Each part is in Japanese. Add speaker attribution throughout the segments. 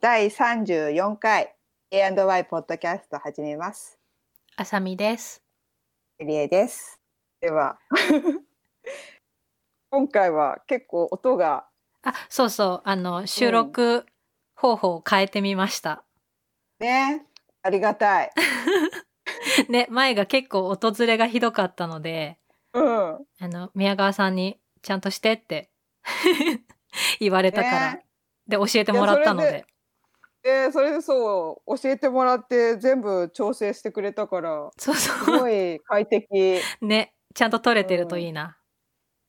Speaker 1: 第34回 A&Y ポッドキャスト始めます。
Speaker 2: あさみです。
Speaker 1: りえです。では 今回は結構音が
Speaker 2: あ、そうそう、あの収録方法を変えてみました。
Speaker 1: ねありがたい。
Speaker 2: ね、前が結構訪れがひどかったので、
Speaker 1: うん。
Speaker 2: あの宮川さんにちゃんとしてって 言われたから、
Speaker 1: ね
Speaker 2: で教えてもらったの
Speaker 1: い
Speaker 2: で
Speaker 1: やそれでそれでそう教えてもらって全部調整してくれたから
Speaker 2: そう
Speaker 1: す
Speaker 2: そ
Speaker 1: ごい快 適。
Speaker 2: うね、ちゃんと撮れてるといいな。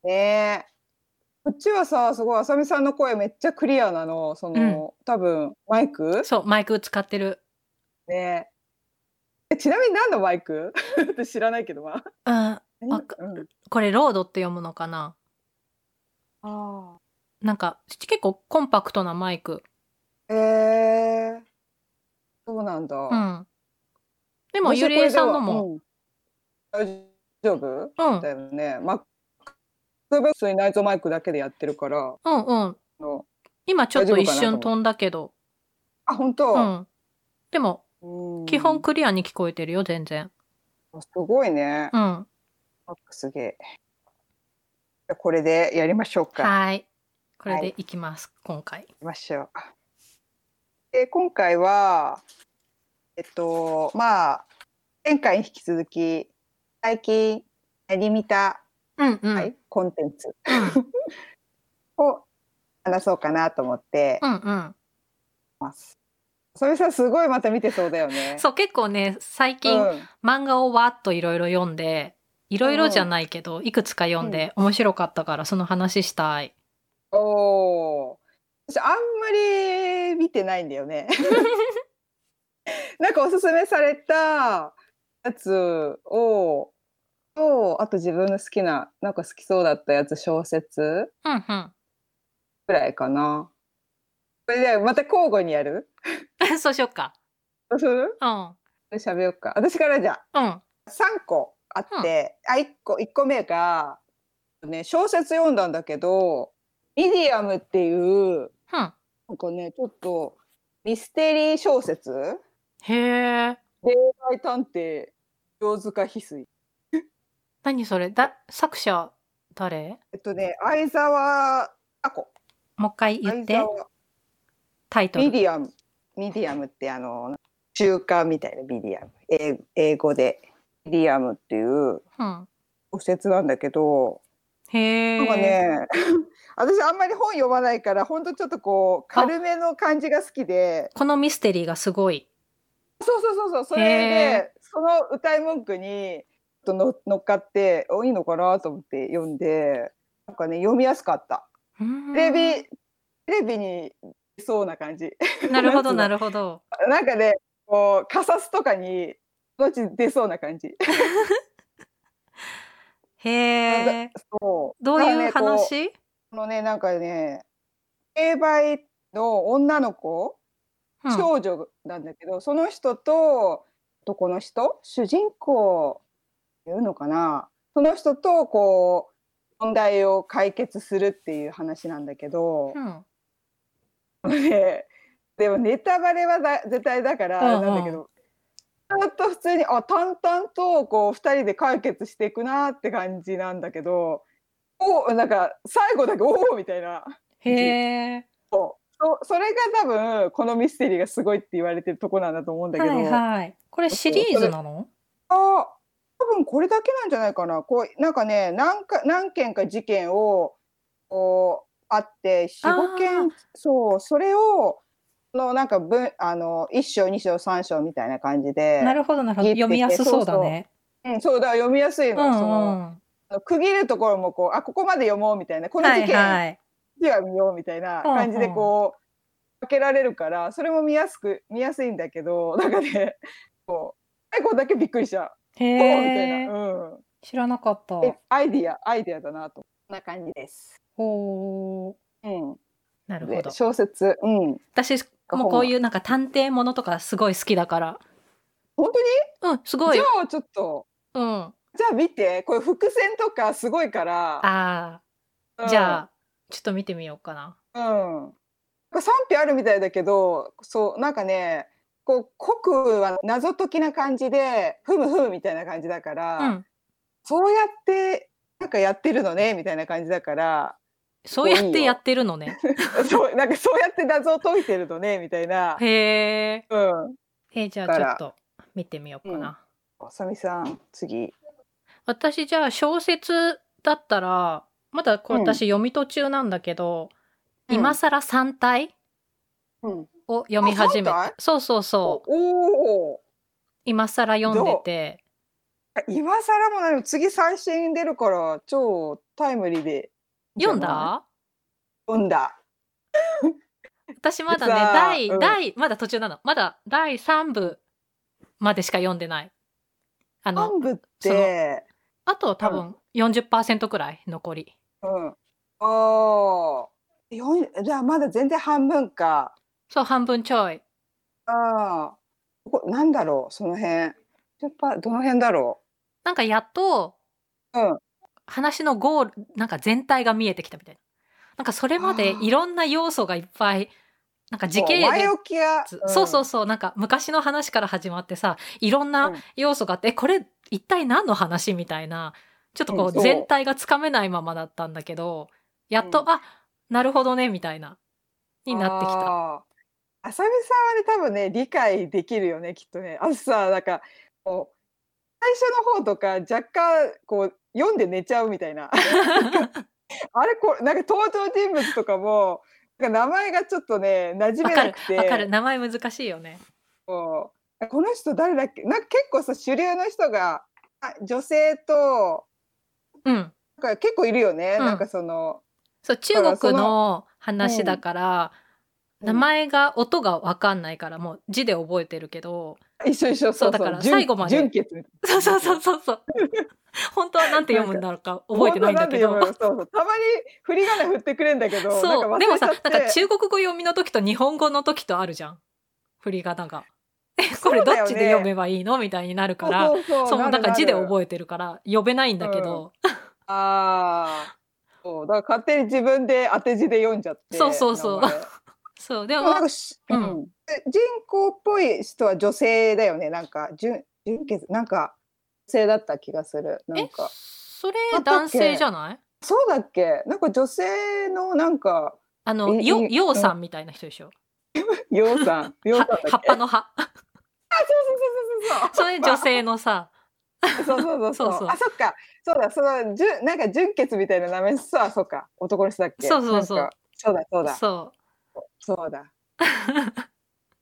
Speaker 1: ねこっちはさすごいあさみさんの声めっちゃクリアなのその、多分マイク
Speaker 2: そう、マイク使ってる。
Speaker 1: ねえちなみに何のマイク って知らないけどまあ
Speaker 2: うん、か
Speaker 1: うん
Speaker 2: これロードって読むのかな。
Speaker 1: あ
Speaker 2: なんか結構コンパクトなマイク。
Speaker 1: ーえー、そうなんだ、
Speaker 2: うん。で
Speaker 1: で
Speaker 2: もゆりえさんのも、、
Speaker 1: うん大丈夫
Speaker 2: うん、
Speaker 1: だよねまあ普通に内蔵マイクだけでやってるから
Speaker 2: うん、うん。
Speaker 1: あの
Speaker 2: 今ちょっと
Speaker 1: 大丈夫
Speaker 2: 一
Speaker 1: かな
Speaker 2: 瞬飛んだけど。
Speaker 1: あ本
Speaker 2: う
Speaker 1: 当、
Speaker 2: ん。でも、
Speaker 1: うん
Speaker 2: 基本クリアに聞こえてるよ、全然。
Speaker 1: すごいね、
Speaker 2: うん。
Speaker 1: あすげえじゃあこれでやりましょうか
Speaker 2: はい。これ
Speaker 1: は
Speaker 2: で
Speaker 1: い
Speaker 2: いきます、今回。
Speaker 1: 行きましょう。で今回はえっとまあ前回に引き続き最近やり見た、
Speaker 2: うんうん。
Speaker 1: はいコンテンツ
Speaker 2: うん
Speaker 1: を話そうかなと思って
Speaker 2: うんうん。
Speaker 1: ます。それさすごいまた見てそうだよね。
Speaker 2: そう、結構ね、最近、
Speaker 1: うん
Speaker 2: 漫画をわーっといろいろ読んで、いろいろじゃないけど、いくつか読んで、面白かったから、その話したい。
Speaker 1: おー私あんまり見てないんだよね。なんかおすすめされたやつをとあと自分の好きななんか好きそうだったやつ小説
Speaker 2: うんう
Speaker 1: ぐらいかな。これでまた交互にやる
Speaker 2: ん。 そうしよっか。
Speaker 1: どうする
Speaker 2: うん。
Speaker 1: 喋ようか。私からじゃあ
Speaker 2: うん。
Speaker 1: 3個あって、あ1個1個目が、ね、小説読んだんだけど「ミディアム」っていう
Speaker 2: うん。
Speaker 1: なんかね、ちょっとミステリー小説
Speaker 2: へえ。
Speaker 1: 大探偵上塚翡翠。
Speaker 2: 何それだ、作者、誰
Speaker 1: えっとね、相沢あこ。
Speaker 2: もう一回言
Speaker 1: 相
Speaker 2: って、
Speaker 1: 沢
Speaker 2: タイト
Speaker 1: ミ
Speaker 2: ル。
Speaker 1: ディアム。ミディアムってあの、中間みたいなミディアム。英英語で。ミディアムっていう
Speaker 2: うん。
Speaker 1: お説なんだけど、
Speaker 2: へえ。
Speaker 1: なんかね、 私あんまり本読まないから、ほんとちょっとこう、軽めの感じが好きで、
Speaker 2: このミステリーがすごい。
Speaker 1: そうそうそうそうそれ
Speaker 2: へ
Speaker 1: でその歌い文句にちょっとの乗っかっておいいのかなと思って読んでなんかね読みやすかったテレビテレビに出そうな感じ
Speaker 2: ビなるほど
Speaker 1: なんつうの
Speaker 2: なるほど。
Speaker 1: なんかねこうカサスとかに後々出そうな感じ
Speaker 2: へ
Speaker 1: なん
Speaker 2: え。
Speaker 1: そう
Speaker 2: どうい
Speaker 1: な
Speaker 2: うん
Speaker 1: かねこ
Speaker 2: 話？
Speaker 1: このねなんかね競売の女の子
Speaker 2: うん
Speaker 1: 少女なんだけど、その人と男の人主人公言うのかなその人とこう問題を解決するっていう話なんだけど、
Speaker 2: うん
Speaker 1: で でもネタバレはだ絶対だからあれなんだけど、ずっと普通にあ淡々とこう2人で解決していくなって感じなんだけどおなんか最後だけおおみたいな。
Speaker 2: へえ。
Speaker 1: そそれが多分このミステリーがすごいって言われてるとこなんだと思うんだけど、
Speaker 2: はいはい。これシリーズなの？
Speaker 1: あ多分これだけなんじゃないかなこうなんかね何か何件か事件をこうあって
Speaker 2: あー
Speaker 1: 45件そうそれをのなんか分あの1章2章3章みたいな感じで
Speaker 2: なるほどなるほ
Speaker 1: 言
Speaker 2: ど。
Speaker 1: ってて
Speaker 2: 読みやすそうだね。
Speaker 1: うん、そうだから読みやすいうの,、
Speaker 2: ん
Speaker 1: その
Speaker 2: うん。
Speaker 1: あの区切るところもこうあここまで読もうみたいなこの
Speaker 2: は
Speaker 1: 事
Speaker 2: い
Speaker 1: 件
Speaker 2: はい。
Speaker 1: では見ようみたいな感じでこう分けられるからそれも見やすく見やすいんだけどなんかねこう最後だけびっくりしちゃう。
Speaker 2: へ
Speaker 1: おーみたい
Speaker 2: え。
Speaker 1: な、うん
Speaker 2: 知らなかった。
Speaker 1: えアイディアアイディアだなとこんな感じです。
Speaker 2: ほう。
Speaker 1: うん、
Speaker 2: なるほ
Speaker 1: で
Speaker 2: ど。
Speaker 1: 小説、うん、
Speaker 2: 私もうこういうなんか探偵ものとかすごい好きだから。
Speaker 1: 本当に
Speaker 2: うんすごい。
Speaker 1: じ
Speaker 2: う
Speaker 1: ゃ
Speaker 2: ん。
Speaker 1: あちょっと
Speaker 2: あ
Speaker 1: じゃあ見てこれ伏線とかすごいから
Speaker 2: あ
Speaker 1: うん
Speaker 2: ーじゃあちょっと見てみようかな。
Speaker 1: うんこれ賛否あるみたいだけどそうなんかねこう濃くは謎解きな感じでふむふむみたいな感じだから、
Speaker 2: うん。
Speaker 1: そうやってなんかやってるのねみたいな感じだから
Speaker 2: そうやってやってるのね。
Speaker 1: そうなんかそうやって謎を解いてるのねみたいな。
Speaker 2: へえ。
Speaker 1: うん、
Speaker 2: え、じゃ
Speaker 1: だ
Speaker 2: あち
Speaker 1: か
Speaker 2: ょっ
Speaker 1: ら
Speaker 2: と見てみようか
Speaker 1: う
Speaker 2: な。
Speaker 1: あさみさん次
Speaker 2: 私じゃあ小説だったら、まだこう
Speaker 1: うん
Speaker 2: 私読み途中なんだけど、
Speaker 1: うん
Speaker 2: 今更三体
Speaker 1: うん、
Speaker 2: を読み始め
Speaker 1: あ三
Speaker 2: た
Speaker 1: 体。
Speaker 2: そうそうそう。
Speaker 1: おお
Speaker 2: 今更読んでて。
Speaker 1: 今更もなの次最新出るから超タイムリーでいいんじゃない
Speaker 2: 読んだ
Speaker 1: 読んだ
Speaker 2: 私まだね
Speaker 1: 実は
Speaker 2: 第、
Speaker 1: うん
Speaker 2: 第まだ途中なのまだ第3部までしか読んでないあの
Speaker 1: 幹部って
Speaker 2: あと多分40%くらい残り
Speaker 1: うんああよんじゃあまだ全然半分か
Speaker 2: そう半分ちょい
Speaker 1: ああここなんだろうその辺やっぱどの辺だろ
Speaker 2: なんかやっと
Speaker 1: ううん
Speaker 2: 話のゴールなんか全体が見えてきたみたいななんかそれまで
Speaker 1: あー
Speaker 2: いろんな要素がいっぱいなんか時系
Speaker 1: もう
Speaker 2: 列
Speaker 1: 前置きが、ん
Speaker 2: そうそうそうなんか昔の話から始まってさいろんな
Speaker 1: うん
Speaker 2: 要素があって、えこれ一体何の話みたいなちょっとこ
Speaker 1: うん
Speaker 2: う
Speaker 1: そう
Speaker 2: 全体がつかめないままだったんだけどやっと、
Speaker 1: うん
Speaker 2: あなるほどねみたいなになってき た。
Speaker 1: あーあさみさんはね多分ね理解できるよねきっとね。あとさなんかこう最初の方とか若干こう読んで寝ちゃうみたいな あれこうなんか登場人物とかもなんか名前がちょっとね馴染
Speaker 2: わ
Speaker 1: め
Speaker 2: か
Speaker 1: な
Speaker 2: る
Speaker 1: く
Speaker 2: わかる
Speaker 1: て
Speaker 2: 名前難しいよね。
Speaker 1: こうこの人誰だっけなんか結構さ主流の人があ女性と
Speaker 2: うん、
Speaker 1: なんか結構いるよね、
Speaker 2: うん
Speaker 1: なんかその
Speaker 2: そう
Speaker 1: だから
Speaker 2: 中
Speaker 1: そ
Speaker 2: 国
Speaker 1: の
Speaker 2: の話だから、
Speaker 1: うん
Speaker 2: 名前が音がわかんないからもう字で覚えてるけど、
Speaker 1: 一緒一緒そ
Speaker 2: そう
Speaker 1: う
Speaker 2: だから
Speaker 1: 純
Speaker 2: 最後まで
Speaker 1: 純潔みたいな
Speaker 2: そうそうそうそうそう 本当はなんて読むんだろうか覚えてないんだけ
Speaker 1: 本
Speaker 2: ど
Speaker 1: 当。なんて読むそうそうたまに振り仮名振ってくれんだけど、なんか
Speaker 2: そうでもさ
Speaker 1: 忘れ
Speaker 2: なん
Speaker 1: ちゃって
Speaker 2: か中国語読みの時と日本語の時とあるじゃん振り仮名が。えこれどっちで読めばいいのみたいになるから
Speaker 1: そうそう
Speaker 2: そうなんか字で
Speaker 1: え
Speaker 2: 覚えてるから呼べないんだけど、
Speaker 1: ああ、そうだから勝手に自分で当て字で読んじゃって、
Speaker 2: そうそうそう
Speaker 1: 名前で
Speaker 2: そうで
Speaker 1: も
Speaker 2: も
Speaker 1: なんかし、
Speaker 2: う
Speaker 1: うんん、で人口っぽい人は女性だよね、なんか純純血なんか女性だった気がする、なん
Speaker 2: え
Speaker 1: か
Speaker 2: それ男性じゃない
Speaker 1: そうだっけ、なんか女性のなんか
Speaker 2: あの
Speaker 1: え
Speaker 2: よ
Speaker 1: え
Speaker 2: ようさんみたいな人でしょ
Speaker 1: 洋さん、洋さん
Speaker 2: は
Speaker 1: だっけ、
Speaker 2: 葉っ ぱの葉
Speaker 1: そうそうそうそうそう、
Speaker 2: それ女性のさ
Speaker 1: そうそうそうそう。
Speaker 2: そうそう
Speaker 1: あ、そっか。そうだ、その、じゅ、なんか純血みたいな名前、そう、あそっか。男の人だっけ。
Speaker 2: そうそうそう
Speaker 1: なんか。そうだ、そうだ。
Speaker 2: そ
Speaker 1: そうだ。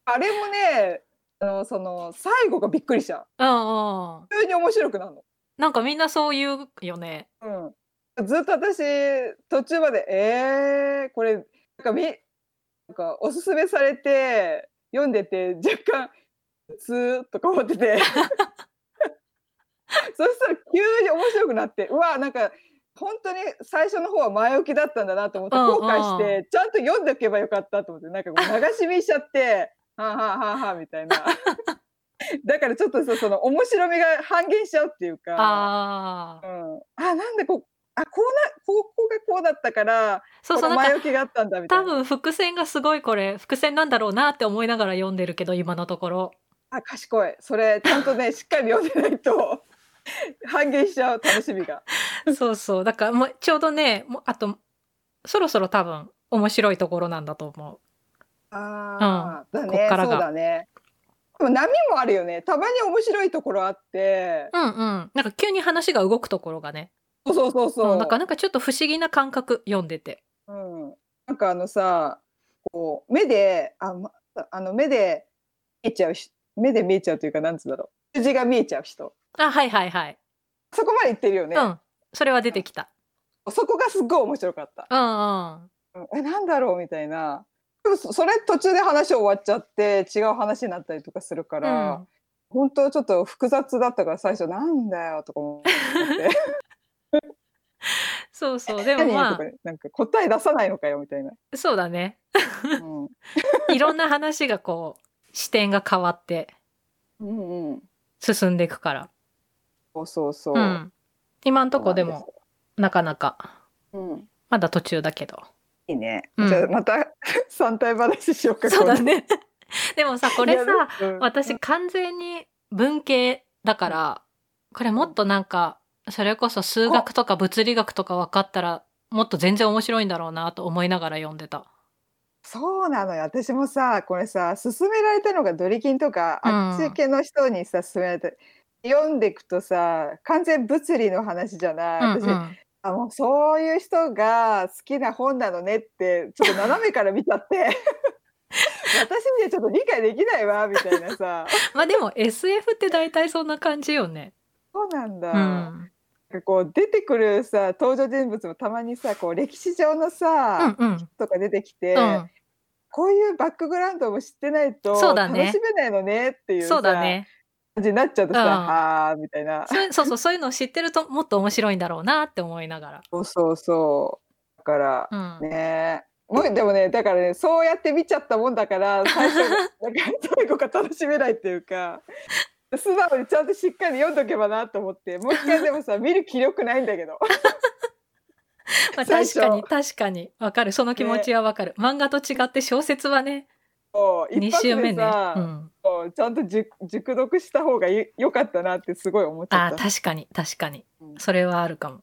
Speaker 1: あれもね、あの、その、最後がびっくりしちゃう。
Speaker 2: ううんうん
Speaker 1: 普通に面白くなるの。
Speaker 2: なんかみんなそう言うよね
Speaker 1: うん。ずっと私、途中まで、えー、これ、なんかみ、なんかおすすめされて、読んでて、若干、普通とか思って て。そしたら急に面白くなって、うわ、なんか、本当に最初の方は前置きだったんだなと思って、
Speaker 2: うんうん
Speaker 1: 後悔して、ちゃんと読んでおけばよかったと思って、なんかこ う流し見しちゃって、はあ、はあはあはあみたいな。だからちょっとそその面白みが半減しちゃうっていうか。
Speaker 2: あ
Speaker 1: う
Speaker 2: あ
Speaker 1: ん、あなんでこあこうなここがこうだったから
Speaker 2: そうそ
Speaker 1: この
Speaker 2: うなん
Speaker 1: 前
Speaker 2: か
Speaker 1: 置きがあったんだみたい
Speaker 2: 多
Speaker 1: な
Speaker 2: 分伏線がすごいこれ伏線なんだろうなって思いながら読んでるけど今のと ころ
Speaker 1: あ賢いそれちゃん とねしっかり読んでないと半減しちゃう楽しみが
Speaker 2: そうそう。だからもうちょうどね、もうあと、そろそろ多分面白いところなんだと思
Speaker 1: あー、だ
Speaker 2: こっ
Speaker 1: ね
Speaker 2: からが
Speaker 1: そうだねでも波もあるよねたまに面白いところあって
Speaker 2: う。うんうん。なんか急に話が動くところがね。
Speaker 1: そうそうそうそう
Speaker 2: うんなんかなんかちょっと不思議な感覚読んでて。
Speaker 1: うん、なんかあのさこう目であ、ま、あの目で見えちゃうし目で見えちゃうというかなんつうんだろう数字が見えちゃう人
Speaker 2: あ、はいはいはい。
Speaker 1: そこまで言ってるよね、
Speaker 2: うん。それは出てきた。
Speaker 1: そこがすっごい面白かった
Speaker 2: うんうん。
Speaker 1: うんえなんだろうみたいなでもそそれ途中で話終わっちゃって違う話になったりとかするか
Speaker 2: う
Speaker 1: ら、
Speaker 2: ん、
Speaker 1: 本当ちょっと複雑だったから最初なんだよとか思って
Speaker 2: そうそう。でも
Speaker 1: 何と
Speaker 2: ま
Speaker 1: かなんか答え出さないのかよみたいな、
Speaker 2: あ、そうだね。
Speaker 1: うん、
Speaker 2: いろんな話がこう、視点が変わって
Speaker 1: うんうん
Speaker 2: 進んでいくから。
Speaker 1: そうそうそう、
Speaker 2: うん。今んとこで
Speaker 1: そうなん
Speaker 2: も、なかなか、
Speaker 1: す、うん、
Speaker 2: まだ途中だけど。
Speaker 1: いいね。
Speaker 2: うん
Speaker 1: じゃあまた 三体話しようか。
Speaker 2: そう
Speaker 1: 今
Speaker 2: だ
Speaker 1: 度。
Speaker 2: ね。 でもさ、これさ、
Speaker 1: いや、うん
Speaker 2: 私完全に文系だから、これもっとなんか、それこそ数学とか物理学とか分かったら、もっと全然面白いんだろうなと思いながら読んでた。
Speaker 1: そうなのよ。私もさ、これさ、勧められたのがドリキンとか、
Speaker 2: うん
Speaker 1: あっち系の人にさ、勧められた。読んでいくとさ、完全物理の話じゃない。
Speaker 2: うん
Speaker 1: 私、
Speaker 2: うん
Speaker 1: あもうそういう人が好きな本なのねってちょっと斜めから見ちゃって 私にはちょっと理解できないわみたいなさ
Speaker 2: まあでも SF って大体そんな感じよね。
Speaker 1: そうなんだ、
Speaker 2: う
Speaker 1: なん
Speaker 2: ん。
Speaker 1: かこう出てくるさ登場人物もたまにさこう歴史上のさ、
Speaker 2: うんうん。
Speaker 1: とか出てきて、
Speaker 2: うん。
Speaker 1: こういうバックグラウンドも知ってないと
Speaker 2: そうだ
Speaker 1: 楽
Speaker 2: ね
Speaker 1: しめないのねっていうさ
Speaker 2: そうだね。
Speaker 1: 感じになっちゃうとさ、
Speaker 2: うん
Speaker 1: はあみたいな
Speaker 2: そうそうそう、そういうのを知ってるともっと面白いんだろうなって思いなが
Speaker 1: そうそうそうだから、
Speaker 2: ら。うん。
Speaker 1: ねえ。もうでもねだからねそうやって見ちゃったもんだから最初なんか最後が楽しめないっていうか素直にちゃんとしっかり読んどけばなと思ってもう一回でも さ見る気力ないんだけど
Speaker 2: まあ、
Speaker 1: 最初
Speaker 2: 確かに確かに。わかる。その気持ちはわかる。漫画と違って小説はね、
Speaker 1: もう
Speaker 2: 2
Speaker 1: 一発
Speaker 2: 週目
Speaker 1: で
Speaker 2: ね。
Speaker 1: さ、
Speaker 2: うん。
Speaker 1: こうちゃんと熟熟読した方がい良かったなってすごい思っちゃ
Speaker 2: あ
Speaker 1: っ
Speaker 2: ー
Speaker 1: た。
Speaker 2: 確かに確かに
Speaker 1: うん
Speaker 2: それはあるかも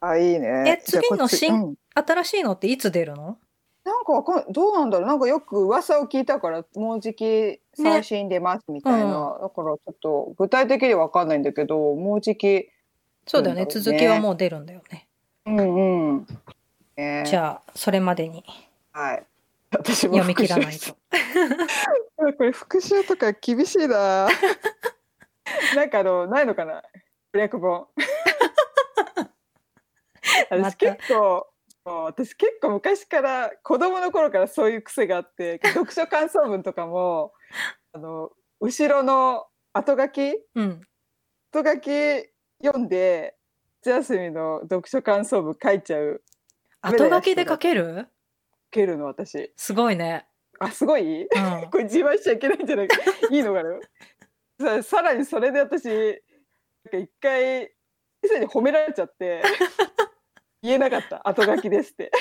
Speaker 1: あいいね。
Speaker 2: え次
Speaker 1: じゃ
Speaker 2: の
Speaker 1: あこっち
Speaker 2: 新
Speaker 1: うん
Speaker 2: 新しいのっていつ出るの
Speaker 1: なんかわかんどうなんだろうなんかよく噂を聞いたからもうじき最新出ますみたいな、だからちょっと具体的にはわかんないんだけどもうじき
Speaker 2: そうだよね
Speaker 1: そうだね
Speaker 2: 続きはもう出るんだよね
Speaker 1: うんうん。ね
Speaker 2: じゃあそれまでに
Speaker 1: はい。私も
Speaker 2: 読み切らな いと
Speaker 1: 復習。これ復習とか厳しいな。なんかあのないのかな。略本。
Speaker 2: ま
Speaker 1: 私
Speaker 2: た
Speaker 1: 結構。もう私結構昔から子供の頃からそういう癖があって読書感想文とかもあの後ろの後書き
Speaker 2: うん
Speaker 1: 後書き読んで夏休みの読書感想文書いちゃう
Speaker 2: 後書きで書ける
Speaker 1: けるの私
Speaker 2: すごいね、
Speaker 1: あすごい
Speaker 2: うん、
Speaker 1: これ自慢しちゃいけないんじゃないかいいのかなささらにそれで私なんか一回先生に褒められちゃって言えなかった後書きですって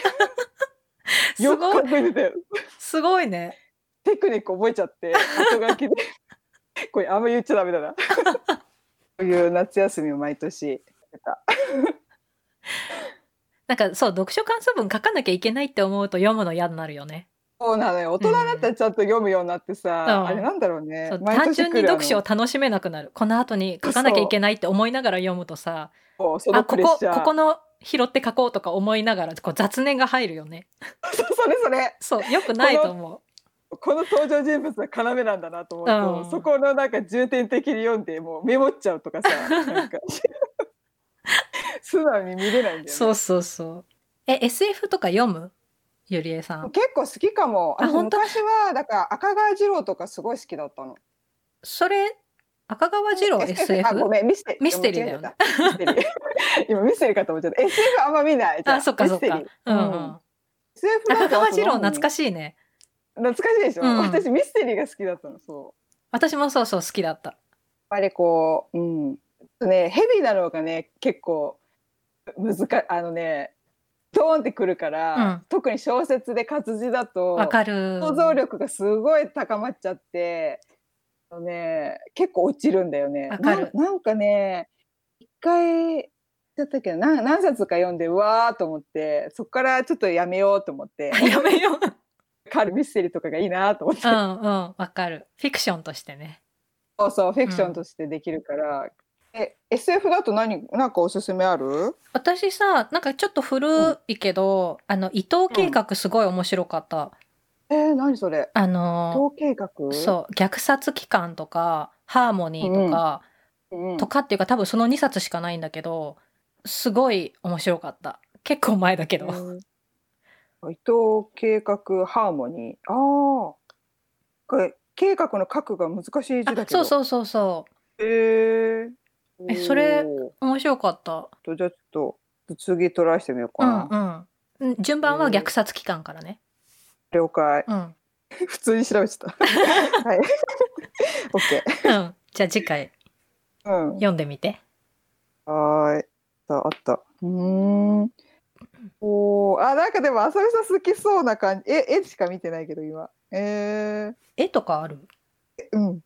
Speaker 2: す
Speaker 1: よ
Speaker 2: ご
Speaker 1: く
Speaker 2: い
Speaker 1: 考えてたよ
Speaker 2: すごいね
Speaker 1: テクニック覚えちゃって後書きでこれあんま言っちゃダメだなこういう夏休みを毎年やってた
Speaker 2: なんかそう読書感想文書かなきゃいけないって思うと読むの嫌になるよね
Speaker 1: そうなのよ大人だったらちゃんと読むようになってさ、
Speaker 2: うん
Speaker 1: あれなんだろうね
Speaker 2: そう
Speaker 1: 毎年
Speaker 2: 単純に
Speaker 1: 来るあの
Speaker 2: 読書を楽しめなくなるこの後に書かなきゃいけないって思いながら読むとさ
Speaker 1: こうそ
Speaker 2: あ
Speaker 1: の
Speaker 2: こ
Speaker 1: プレッ
Speaker 2: こ
Speaker 1: シャー
Speaker 2: ここの拾って書こうとか思いながらこう雑念が入るよね
Speaker 1: それそれ
Speaker 2: そうよくないと思う
Speaker 1: この登場人物が要なんだなと思うと、
Speaker 2: うん
Speaker 1: そこのなんか重点的に読んでもうメモっちゃうと かさなんか素直に見れないんだよ、ね、
Speaker 2: そうそうそう。え、SF とか読むゆりえさん。
Speaker 1: 結構好きかも
Speaker 2: あ
Speaker 1: あ
Speaker 2: 本当
Speaker 1: 昔はだから赤川次郎とかすごい好きだったの
Speaker 2: それ、赤川次郎 SF?
Speaker 1: あごめんミステリー
Speaker 2: ミステリーだよね
Speaker 1: 間違えちゃったミ ステリー今ミステリーかと思っちゃった SF あんま見ないじゃん
Speaker 2: あ、そっかそっ
Speaker 1: ミ
Speaker 2: か
Speaker 1: ステリー。
Speaker 2: うんう
Speaker 1: うん
Speaker 2: ん。
Speaker 1: SF
Speaker 2: 赤川次郎懐か
Speaker 1: しい
Speaker 2: しいね。
Speaker 1: 懐かしいでしょ、
Speaker 2: うん
Speaker 1: 私ミステリーが好きだったのそう
Speaker 2: 私もそうそう好きだった。
Speaker 1: やっぱりこう、うん、ね、ヘビーなのがね、結構。難か、あのね。ドーンってくるから、
Speaker 2: うん
Speaker 1: 特に小説で活字だと。
Speaker 2: わかる。
Speaker 1: 想像力がすごい高まっちゃって。あのね、結構落ちるんだよね。
Speaker 2: わかる
Speaker 1: ななんかね。一回。だったっけどな何冊か読んでうわーと思ってそこからちょっとやめようと思って
Speaker 2: やめよう。う
Speaker 1: カルミステリーとかがいいなと思って、
Speaker 2: んうん。わかる。フィクションとしてね。
Speaker 1: そうそうフィクションとしてできるから、え SF だと何なんかおすすめある
Speaker 2: 私さ、なんかちょっと古いけど、あの、伊藤計画すごい面白かった。
Speaker 1: えー、何それ
Speaker 2: あの、
Speaker 1: 統計学
Speaker 2: そう、虐殺機関とか、ハーモニーとか、
Speaker 1: うん、
Speaker 2: とかっていうか多分その2冊しかないんだけどすごい面白かった結構前だけど、
Speaker 1: うん伊藤計画ハーモニーああこれ計画の核が難しい字だけど
Speaker 2: あそうそうそうそ
Speaker 1: へえ
Speaker 2: えそ
Speaker 1: お
Speaker 2: れ
Speaker 1: ー
Speaker 2: う面白かった
Speaker 1: とじゃあちょっと次トライしてみよう
Speaker 2: う
Speaker 1: かな、
Speaker 2: んうんん順番は虐殺期間からね
Speaker 1: 了解
Speaker 2: うん、
Speaker 1: 普通に調べてた はい OK
Speaker 2: うん、じゃあ次回
Speaker 1: うん
Speaker 2: 読んでみて
Speaker 1: はーいああったうーんおーあなんかでも浅見さん好きそうな感じ絵絵しか見てないけど今えー、
Speaker 2: 絵とかある
Speaker 1: うん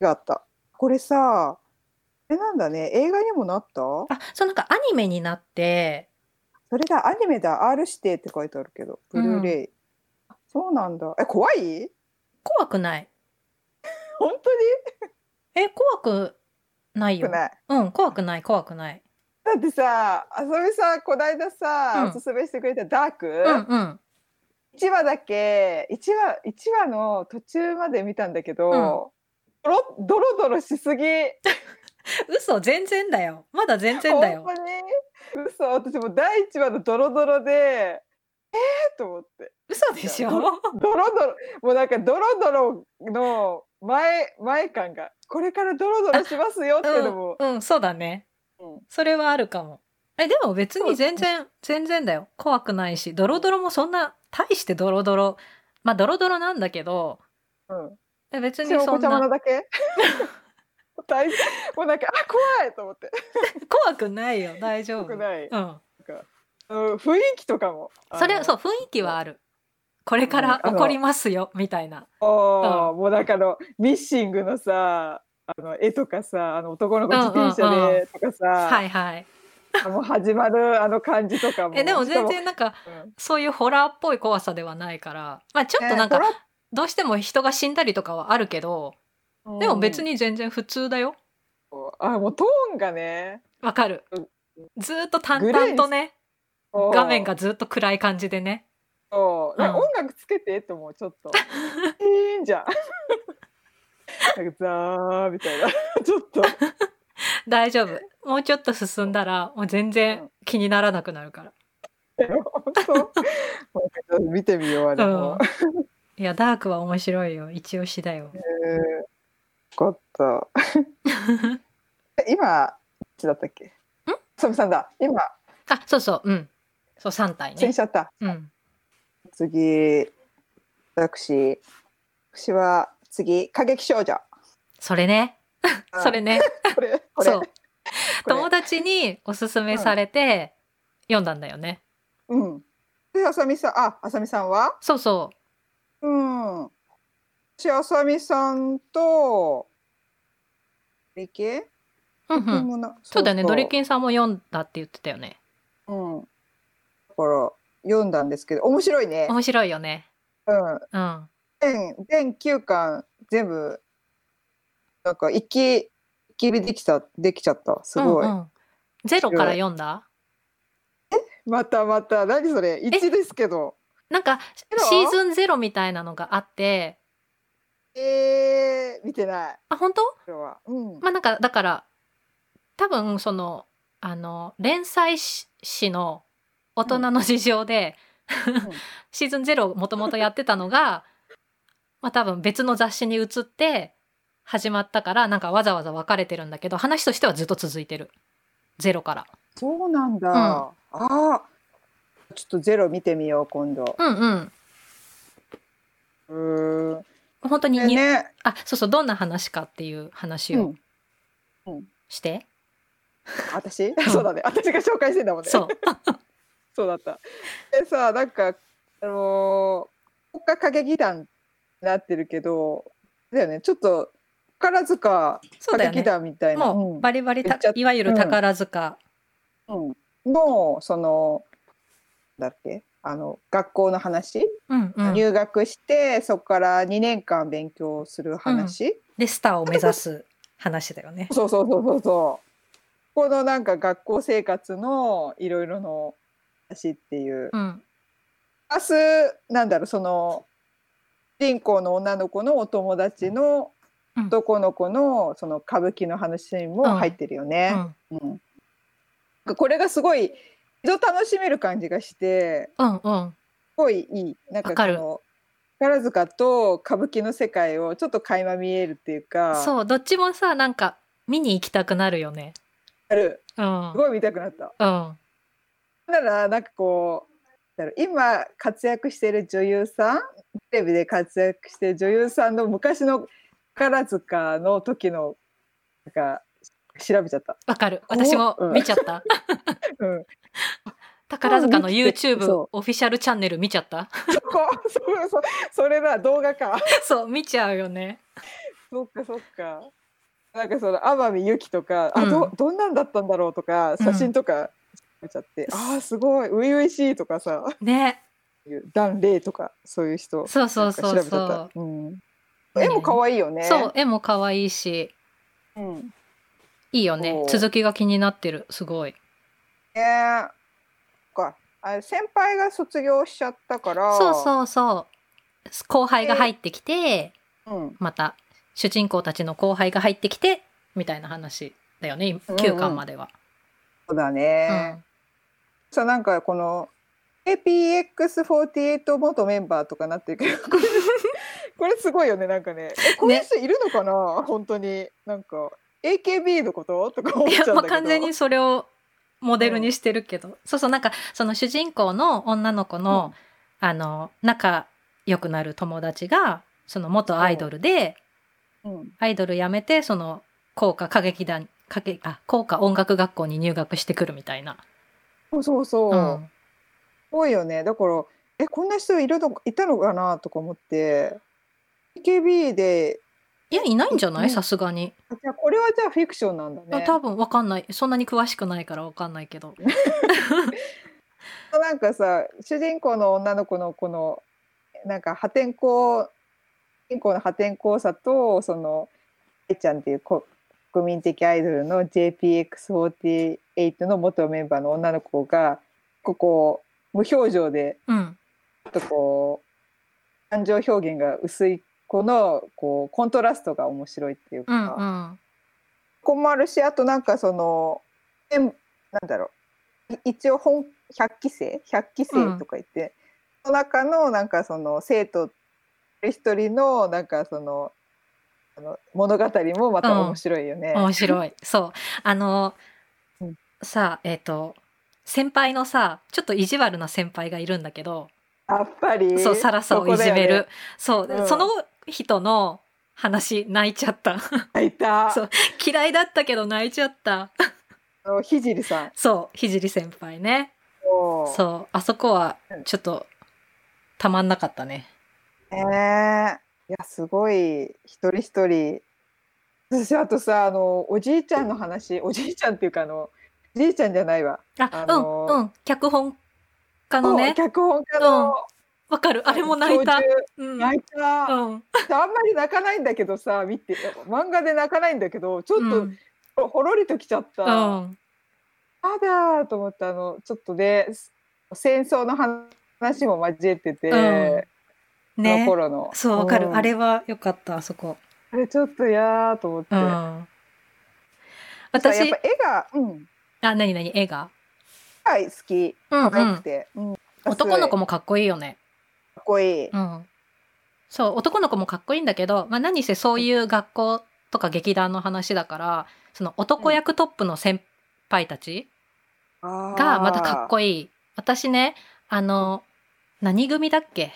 Speaker 1: があったこれさえなんだね映画にもなった
Speaker 2: あ、そうなんかアニメになって、
Speaker 1: それだアニメだ R 指定って書いてあるけどブルーレイ、そうなんだえ怖い
Speaker 2: 怖くない。
Speaker 1: 本当
Speaker 2: え、怖くない
Speaker 1: によ
Speaker 2: よ
Speaker 1: く。ない
Speaker 2: うん、怖くない、怖くない。
Speaker 1: だってさ浅見さんこないださ、
Speaker 2: うん
Speaker 1: おすすめしてくれたダーク、
Speaker 2: うん、うん。
Speaker 1: 1話だけ1話一話の途中まで見たんだけど、
Speaker 2: うん
Speaker 1: ドロドロドロしすぎ
Speaker 2: 嘘、全然だよ。まだ全然だよ
Speaker 1: ほん。まに嘘私もう第1話のドロドロでえー、と思って
Speaker 2: 嘘でしょ
Speaker 1: ドロドロもうなんかドロドロの前前感がこれからドロドロしますよっていうのも、
Speaker 2: うん、うん、そうだね
Speaker 1: うん。
Speaker 2: それはあるかも。え、でも別に全然、全然だよ。怖くないし、ドロドロもそんな、大してドロドロ。まあ、ドロドロなんだけど、
Speaker 1: うん
Speaker 2: え別に
Speaker 1: 私も
Speaker 2: そ
Speaker 1: こ
Speaker 2: ん
Speaker 1: ちゃまな
Speaker 2: な
Speaker 1: だけ 大もうなんかあ怖いと思って
Speaker 2: 怖くないよ。大丈
Speaker 1: よ
Speaker 2: 夫。
Speaker 1: くない、
Speaker 2: うん。
Speaker 1: うん、雰囲気とかも
Speaker 2: それ
Speaker 1: あの
Speaker 2: そう雰囲気はあるこれから
Speaker 1: うんあ
Speaker 2: 起
Speaker 1: の
Speaker 2: こりますよみたいな
Speaker 1: ああ、もうなんかあのミッシングのさあの絵とかさあの男の子自転
Speaker 2: うん
Speaker 1: 車
Speaker 2: うんう
Speaker 1: でとかさ、
Speaker 2: はいはい
Speaker 1: もう始まるあの感じとかも
Speaker 2: えでも全
Speaker 1: し
Speaker 2: 然なんか
Speaker 1: かもうん
Speaker 2: そういうホラーっぽい怖さではないからまあちょっとなん
Speaker 1: ね
Speaker 2: かどうしても人が死んだりとかはあるけど
Speaker 1: トラ
Speaker 2: でも別に全然普通だよ
Speaker 1: うんあもうトーンがね
Speaker 2: わかる
Speaker 1: うん
Speaker 2: ずーっと淡々とね
Speaker 1: そう
Speaker 2: 画面がずーっと暗い感じでね
Speaker 1: そうなんか
Speaker 2: うん
Speaker 1: 音楽つけてって思うちょっ といいんじゃんなんかザーみたいな ちょっ と
Speaker 2: 大丈夫もうちょっと進んだらもう全
Speaker 1: う
Speaker 2: 然気にならなくなるから
Speaker 1: 本当もう一回見てみようあれも、
Speaker 2: うんいやダークは面白いよ一押しだよ
Speaker 1: えーよかった今どっちだったっけんサムさんだ今
Speaker 2: あそうそううんそう3体
Speaker 1: 戦
Speaker 2: ね
Speaker 1: 車だ、
Speaker 2: うん
Speaker 1: 次私私は次過激少女
Speaker 2: それね
Speaker 1: うん
Speaker 2: それね
Speaker 1: これこれ
Speaker 2: そう
Speaker 1: これ
Speaker 2: 友達におすすめされて読んだんだよね。
Speaker 1: うんであさみさんああさみさんは
Speaker 2: そうそう。
Speaker 1: うん私あさみさんとドリケン
Speaker 2: うんうん。
Speaker 1: もな
Speaker 2: そうだよね。ドリ
Speaker 1: ン
Speaker 2: キンさんも読んだって言ってたよね。
Speaker 1: うんだから読んだんですけど面白いね
Speaker 2: 面白いよね。
Speaker 1: うん
Speaker 2: うん。
Speaker 1: 全全9巻全部なんか一気一気見できたできちゃったすごい、
Speaker 2: うんうんゼロから読んだ
Speaker 1: またまた何それ1ですけど
Speaker 2: なんか
Speaker 1: ゼロ
Speaker 2: シーズンゼロみたいなのがあって、
Speaker 1: えー、見てない
Speaker 2: あ、本当
Speaker 1: これはうん、
Speaker 2: まあなんか、だから、多分その、あの、連載し誌の大人の事情で、
Speaker 1: ん
Speaker 2: シーズンゼロをもともとやってたのが、まあ多分別の雑誌に移って始まったから、なんかわざわざ分かれてるんだけど、話としてはずっと続いてる。ゼロから。
Speaker 1: そうなんだ、
Speaker 2: うん
Speaker 1: ああーちょっとゼロ見てみよう今度
Speaker 2: うんうん。
Speaker 1: うーん
Speaker 2: 本当に
Speaker 1: で
Speaker 2: に、
Speaker 1: ね
Speaker 2: あ、そうそう、どんな話かっていう話
Speaker 1: う
Speaker 2: を
Speaker 1: んうん
Speaker 2: して。
Speaker 1: 私そうだね私が紹介してんだもんね
Speaker 2: そう。
Speaker 1: そうだった。でさなんかあのー、国家歌劇団になってるけどだよねちょっと宝塚
Speaker 2: そう
Speaker 1: 歌
Speaker 2: だよ
Speaker 1: 劇
Speaker 2: ね。
Speaker 1: 団みたいな
Speaker 2: もうバリバリた
Speaker 1: 言っちゃっ
Speaker 2: いわゆる宝塚。
Speaker 1: うんうんのそのだっけあの学校の話、
Speaker 2: うんうん。
Speaker 1: 入学してそこから2年間勉強する話、
Speaker 2: で、スターを目指す話だよね。
Speaker 1: そうそうそうそうそうこのなんか学校生活のいろいろの話っていう
Speaker 2: うん。
Speaker 1: 明日なんだろうその主人公の女の子のお友達の
Speaker 2: うん
Speaker 1: 男の子のその歌舞伎の話も入ってるよね
Speaker 2: う。ん
Speaker 1: うんなんかこれがすごい一度楽しめる感じがして
Speaker 2: うんうん。
Speaker 1: すごいいいなん
Speaker 2: わ
Speaker 1: か
Speaker 2: か
Speaker 1: そ
Speaker 2: る
Speaker 1: の宝塚と歌舞伎の世界をちょっと垣間見えるっていうか
Speaker 2: そう、どっちもさ、なんか、見に行きたくなるよね。
Speaker 1: ある
Speaker 2: うん。
Speaker 1: す
Speaker 2: うん。
Speaker 1: ごい見たくなった。
Speaker 2: あ
Speaker 1: ならなんかこうなんだろう今活躍している女優さんテレビで活躍している女優さんの昔の宝塚の時のなんか調べちゃった。
Speaker 2: わかる。私も
Speaker 1: うん
Speaker 2: 見ちゃった。
Speaker 1: うん、
Speaker 2: 宝塚の
Speaker 1: うん見て
Speaker 2: YouTube
Speaker 1: そ
Speaker 2: オフィシャルチャンネル見ちゃった
Speaker 1: そこそそそれだ動画か
Speaker 2: そう、見ちゃうよね。
Speaker 1: そっかそっかなんかその天海祐希とか、
Speaker 2: うん
Speaker 1: あどどんなんだったんだろうとか写真とか見ちゃって、ああすごい初々しいとかさ
Speaker 2: ね。
Speaker 1: いうダン・レイとかそういう人
Speaker 2: そうそうそ
Speaker 1: な
Speaker 2: う
Speaker 1: か調
Speaker 2: ん
Speaker 1: べちゃった
Speaker 2: そ
Speaker 1: うん、絵も可愛いよ
Speaker 2: う。
Speaker 1: ね
Speaker 2: そう、絵も可愛いし、
Speaker 1: う、ん、
Speaker 2: いいよね。
Speaker 1: そう
Speaker 2: 続きが気になってる。すごい。
Speaker 1: えー、そっかあれ先輩が卒業しちゃったから
Speaker 2: そうそうそう。後輩が入ってきて、
Speaker 1: う、うん、
Speaker 2: また主人公たちの後輩が入ってきて、みたいな話だよね。今
Speaker 1: うんうん
Speaker 2: 9巻までは。
Speaker 1: そうだ
Speaker 2: う
Speaker 1: ね、
Speaker 2: ん。
Speaker 1: さなんかこの APX48 元メンバーとかなってるけ どこれこれすごいよねなんかねえこういう人いるのかな、本当になんか AKB のことと か思っ
Speaker 2: い
Speaker 1: ちゃうんだけ、
Speaker 2: や
Speaker 1: ど
Speaker 2: まあ完全にそれをモデルにしてるけど。そうそう、なんか、その主人公の女の子の、あの、仲良くなる友達が、その元アイドルで、
Speaker 1: うん、うん
Speaker 2: アイドル辞めて、その、効果歌劇団、歌劇あ、効果音楽学校に入学してくるみたいな。
Speaker 1: そうそうそう、
Speaker 2: うん
Speaker 1: 多いよねだからえこんな人いるのいたのかなとか思って AKB で
Speaker 2: いや、いないんじゃな
Speaker 1: う
Speaker 2: い
Speaker 1: ん
Speaker 2: さすがに。
Speaker 1: あじゃあこれはじゃあフィクションなんだね
Speaker 2: 多分わかんない。そんなに詳しくないからわかんないけど。
Speaker 1: なんかさ主人公の女の子のこのなんか破天荒主人公の破天荒さとそのえちゃんっていうこ国民的アイドルの JPX48 の元メンバーの女の子がここう無表情で
Speaker 2: うん。
Speaker 1: ちょっとこう感情表現が薄い子のこうコントラストが面白いっていう
Speaker 2: う
Speaker 1: か、
Speaker 2: ん
Speaker 1: こ
Speaker 2: うん。
Speaker 1: こもあるしあとなんかそのえんなんだろうい一応本100期生100期生とか言って、その中のなんかその生徒一人のなんかそのあの物語もまた面白いよね。
Speaker 2: 面白い。そう。あの
Speaker 1: うん、
Speaker 2: さあ、えっ、と、先輩のさ、ちょっと意地悪な先輩がいるんだけど、
Speaker 1: やっぱり
Speaker 2: そう、サラさをいじめる。そう、
Speaker 1: うん
Speaker 2: その人の話、泣いちゃった。
Speaker 1: こ こだよね、いた
Speaker 2: そう嫌いだったけど泣いちゃった。
Speaker 1: あのひじりさん
Speaker 2: そう、ひじり先輩ね。
Speaker 1: も
Speaker 2: そう、あそこは
Speaker 1: うん
Speaker 2: ちょっとたまんなかったね。
Speaker 1: ねえいやすごい一人一人私あとさあのおじいちゃんの話おじいちゃんっていうかあのおじいちゃんじゃないわ
Speaker 2: あ、
Speaker 1: あのー
Speaker 2: うん、うん、脚本家のね、
Speaker 1: 脚本家の
Speaker 2: わかる、あれも泣いた。
Speaker 1: 教授
Speaker 2: うん、
Speaker 1: 泣いた、
Speaker 2: う
Speaker 1: あ
Speaker 2: ん、
Speaker 1: んまり泣かないんだけどさ見て漫画で泣かないんだけどちょ
Speaker 2: う
Speaker 1: っ
Speaker 2: ん
Speaker 1: とほろりときちゃった、
Speaker 2: うん、
Speaker 1: あだーと思ってあのちょっとね戦争の話も交えてて、
Speaker 2: うんね
Speaker 1: の頃の
Speaker 2: そう、わかる、
Speaker 1: ん
Speaker 2: あれは良かった、あそこ。
Speaker 1: あれちょっとやーと思って、
Speaker 2: うん。
Speaker 1: 私やっ
Speaker 2: 私
Speaker 1: ぱ、絵が、うん、
Speaker 2: あ、なになに、絵が。
Speaker 1: 絵が好き
Speaker 2: うん、う
Speaker 1: 可愛く
Speaker 2: ん。
Speaker 1: て、うん
Speaker 2: 男の子もかっこいいよね。
Speaker 1: かっこいい、
Speaker 2: うん。そう、男の子もかっこいいんだけど、まあ何せそういう学校とか劇団の話だから、その男役トップの先輩たちがまたかっこいい。私ね、あの、何組だっけ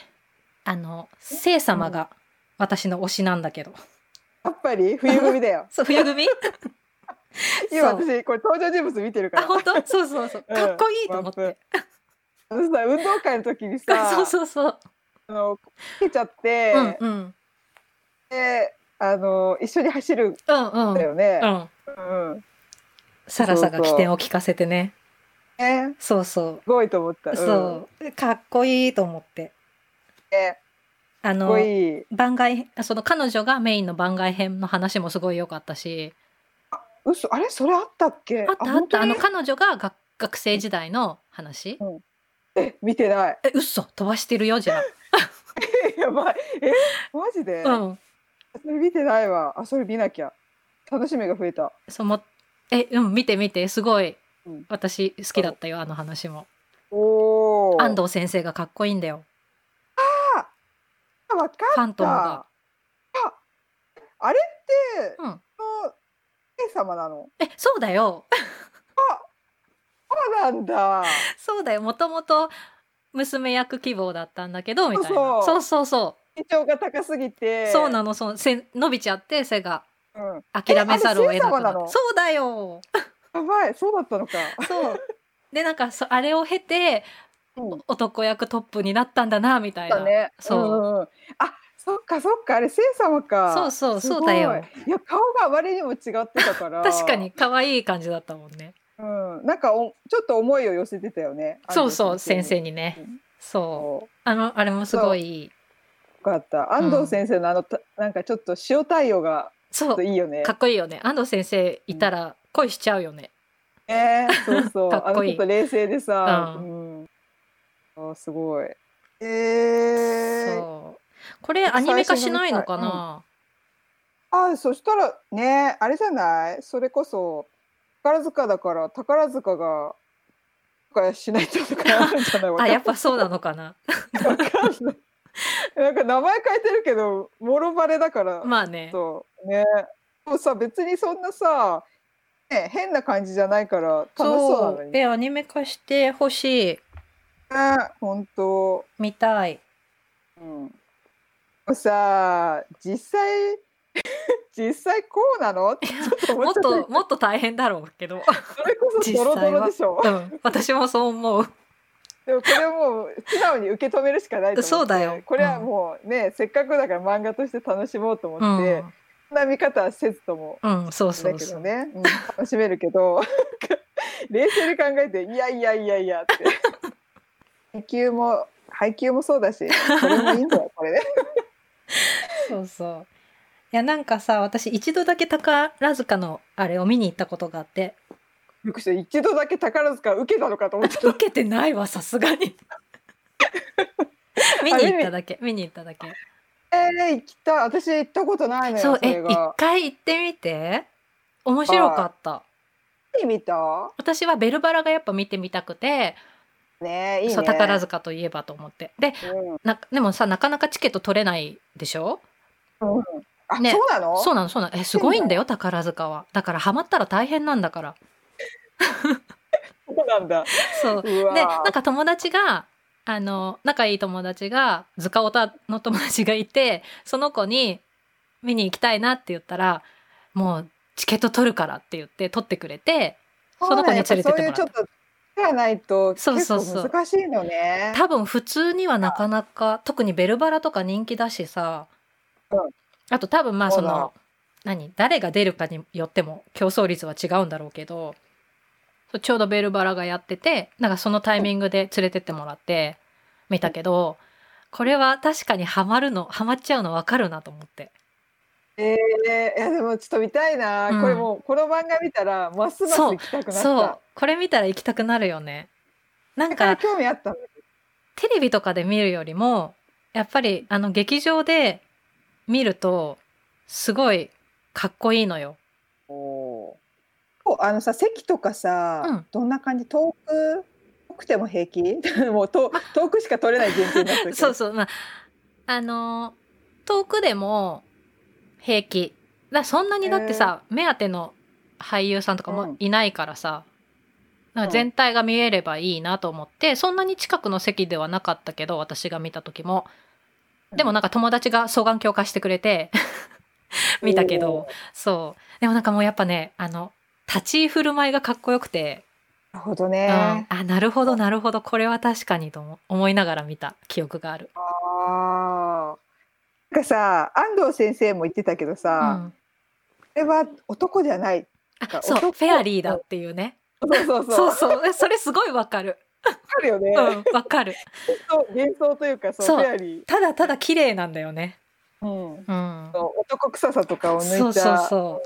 Speaker 2: あの、聖様が私の推しなんだけど。
Speaker 1: いいやっぱり冬組だよ
Speaker 2: そう、冬組
Speaker 1: 今
Speaker 2: そう
Speaker 1: 私これ登場人物見てるか
Speaker 2: あ、
Speaker 1: ら
Speaker 2: 本当そうそうそう。
Speaker 1: うん
Speaker 2: かっこいいと思って。
Speaker 1: あのさ運動会の時にさ
Speaker 2: そうそうそう。
Speaker 1: あのつけちゃって、
Speaker 2: うんうん。
Speaker 1: であの一緒に走るん
Speaker 2: うんうん。
Speaker 1: だよね
Speaker 2: う、
Speaker 1: う
Speaker 2: ん。
Speaker 1: ん
Speaker 2: サラサが起点を聞かせてね。
Speaker 1: ね
Speaker 2: そうそう。
Speaker 1: すごいと思った、ん
Speaker 2: そう。かっこいいと思って。
Speaker 1: ね
Speaker 2: あ
Speaker 1: かっこ
Speaker 2: の、
Speaker 1: いい
Speaker 2: 番外、その彼女がメインの番外編の話もすごい良かったし、
Speaker 1: 嘘あれそれあったっけ
Speaker 2: あったあ
Speaker 1: 本
Speaker 2: っ
Speaker 1: 当
Speaker 2: た、あ
Speaker 1: に
Speaker 2: の彼女が学学生時代の話。
Speaker 1: え見てない
Speaker 2: え、嘘飛ばしてるよ、じゃ
Speaker 1: やばいえマジで、
Speaker 2: あ。うん。
Speaker 1: それ見てないわあそれ見なきゃ楽しみが増えた
Speaker 2: その、え、うん、見て見て、すごい
Speaker 1: うん。
Speaker 2: 私好きだったよ、あの話も。
Speaker 1: おお
Speaker 2: 安藤先生がかっこいいんだよ。
Speaker 1: わかった
Speaker 2: ファントムが。
Speaker 1: あれって、
Speaker 2: うん
Speaker 1: の神様なの。
Speaker 2: え、そうだよ。
Speaker 1: そうなん だ。
Speaker 2: そうだよ。もともと娘役希望だったんだけど、みたいな。
Speaker 1: そう
Speaker 2: そ
Speaker 1: そう
Speaker 2: うそうそ
Speaker 1: 身長が高すぎ
Speaker 2: う。
Speaker 1: て。
Speaker 2: そうな
Speaker 1: の。
Speaker 2: の、そう、背伸びちゃって、背が。
Speaker 1: うん。
Speaker 2: 諦めざるを得なく
Speaker 1: えあれ聖
Speaker 2: な
Speaker 1: 様な
Speaker 2: る。
Speaker 1: の
Speaker 2: そうだよ。
Speaker 1: やばい、そうだったのか。
Speaker 2: そう。でなんかそあれを経て
Speaker 1: うん
Speaker 2: 男役トップになったんだなみたいな
Speaker 1: だね。
Speaker 2: そう、
Speaker 1: んんんあ、そっかそっかあれ聖様か。
Speaker 2: そうそう
Speaker 1: すごい
Speaker 2: そうだよ。
Speaker 1: いや顔があまりにも違ってたから。
Speaker 2: 確かに。可愛い感じだったもんね
Speaker 1: うん。なんかおちょっと思いを寄せてたよね。
Speaker 2: そうそう
Speaker 1: 安藤
Speaker 2: 先生
Speaker 1: に。
Speaker 2: にね
Speaker 1: うん
Speaker 2: そう
Speaker 1: そう
Speaker 2: あのあれもすごい
Speaker 1: よかった。安藤先生のあの、たなんかちょっと塩対応がち
Speaker 2: そ
Speaker 1: ょ
Speaker 2: う
Speaker 1: っといいよね
Speaker 2: か。っこいいよね安藤先生いたら恋しちゃうよね、
Speaker 1: ね、そうそう。
Speaker 2: かっ
Speaker 1: あ
Speaker 2: こ
Speaker 1: の
Speaker 2: いい
Speaker 1: ちょっと冷静でさ。
Speaker 2: う
Speaker 1: うん。あすごい。ええ
Speaker 2: そうこれアニメ化しないのかな、
Speaker 1: あそしたらねあれじゃないそれこそ宝塚だから宝塚がなんかしないととかあるんじゃない
Speaker 2: あやっぱそうなのかな
Speaker 1: わかんない なんか名前変えてるけどもろバレだから、
Speaker 2: まあね
Speaker 1: そうねでもさ別にそんなさ、ね、変な感じじゃないから楽しそうなのにね
Speaker 2: でアニメ化してほしい
Speaker 1: 本当
Speaker 2: 見たい
Speaker 1: うんでもさ実際実際こうなのってちょっと
Speaker 2: も
Speaker 1: 思
Speaker 2: っ
Speaker 1: っちゃった
Speaker 2: ともっと大変だろう けど、
Speaker 1: それこそドロドロでしょ
Speaker 2: うん、私もそう思う
Speaker 1: でもこれはもう素直に受け止めるしかないと思って
Speaker 2: そうだよ
Speaker 1: これはもうね、せっかくだから漫画として楽しもうと思
Speaker 2: う
Speaker 1: って、
Speaker 2: ん、
Speaker 1: そんな見方はせずとも
Speaker 2: うん、そう
Speaker 1: だ
Speaker 2: そう
Speaker 1: け
Speaker 2: そ
Speaker 1: ど
Speaker 2: う
Speaker 1: ね、うん楽しめるけど 冷静に考えていやいやいやいやって 配給も配給もそうだしこれもいいんだよこれね。
Speaker 2: そうそういやなんかさ私一度だけ宝塚のあれを見に行ったことがあって
Speaker 1: よくして一度だけ宝塚受けたのかと思ってた
Speaker 2: 受けてないわさすがに見に行っただけ見に行っただけ
Speaker 1: えー、行きたい私行ったことないのよ
Speaker 2: そう
Speaker 1: そ
Speaker 2: え
Speaker 1: れ
Speaker 2: 一
Speaker 1: が。
Speaker 2: 回行ってみて面白かった
Speaker 1: 何見た
Speaker 2: 私はベルバラがやっぱ見てみたくて
Speaker 1: ねえいいね。
Speaker 2: そう宝塚といえばと思ってで
Speaker 1: うん
Speaker 2: なでもさなかなかチケット取れないでしょ
Speaker 1: あ、
Speaker 2: ね
Speaker 1: そうなの
Speaker 2: そうなのそうなのえすごいんだよ宝塚はだからハマったら大変なんだから
Speaker 1: そうなんだ。
Speaker 2: そう
Speaker 1: うわ
Speaker 2: で
Speaker 1: ー
Speaker 2: なんか友達があの仲いい友達が塚尾たの友達がいてその子に見に行きたいなって言ったらもうチケット取るからって言って取ってくれてその子に連れてってもらっ
Speaker 1: そ
Speaker 2: た
Speaker 1: ういうちょっと力がないと
Speaker 2: そう
Speaker 1: 結
Speaker 2: そうそ
Speaker 1: 構
Speaker 2: う
Speaker 1: 難しいのね。
Speaker 2: 多分普通にはなかなか特にベルバラとか人気だしさ、
Speaker 1: うん
Speaker 2: あと多分まあ
Speaker 1: そ
Speaker 2: そう
Speaker 1: だ
Speaker 2: の何誰が出るかによっても競争率は違うんだろうけどそうちょうどベルバラがやっててなんかそのタイミングで連れてってもらって見たけどこれは確かにハマるのハマっちゃうの分かるなと思って
Speaker 1: えーいやでもちょっと見たいな、
Speaker 2: うん
Speaker 1: これもうこの漫画見たらますます行きたくなった。
Speaker 2: そうこれ見たら行きたくなるよねなん
Speaker 1: だから
Speaker 2: か
Speaker 1: 興味あったの。
Speaker 2: テレビとかで見るよりもやっぱりあの劇場で見るとすごいかっこいいのよ。
Speaker 1: おーあのさ席とかさ、
Speaker 2: うん
Speaker 1: どんな感じ遠く遠くても平気 もうと遠くしか取れない限定になったけど
Speaker 2: そうそう、まあ、あのー遠くでも平気だそんなにだってさ、目当ての俳優さんとか
Speaker 1: う
Speaker 2: も
Speaker 1: ん
Speaker 2: いないからさ、なん
Speaker 1: うん
Speaker 2: か全体が見えればいいなと思って、そんなに近くの席ではなかったけど私が見た時もでもなんか友達が双眼鏡貸してくれて見たけど
Speaker 1: おー
Speaker 2: そうでもなんかもうやっぱねあの立ち居振る舞いがかっこよくて、
Speaker 1: なるほど
Speaker 2: うん
Speaker 1: ね。
Speaker 2: あなるほどなるほどこれは確かにと思思いながら見た記憶がある。
Speaker 1: ああ。なんかさ安藤先生も言ってたけど
Speaker 2: う
Speaker 1: さ、
Speaker 2: ん
Speaker 1: これは男じゃない
Speaker 2: あそうフ
Speaker 1: 男
Speaker 2: ェアリーだっていうね
Speaker 1: そうそうそう。
Speaker 2: そ う
Speaker 1: わ
Speaker 2: そうえそれすごいわかる
Speaker 1: かるよね。
Speaker 2: うんわかる
Speaker 1: そう幻想というかそう
Speaker 2: そ
Speaker 1: フ
Speaker 2: う
Speaker 1: ェアリ
Speaker 2: ただただ綺麗なんだよね
Speaker 1: ー、うん、
Speaker 2: うん
Speaker 1: そう男臭さとかを
Speaker 2: そ
Speaker 1: 抜
Speaker 2: う
Speaker 1: い
Speaker 2: そう
Speaker 1: た
Speaker 2: そ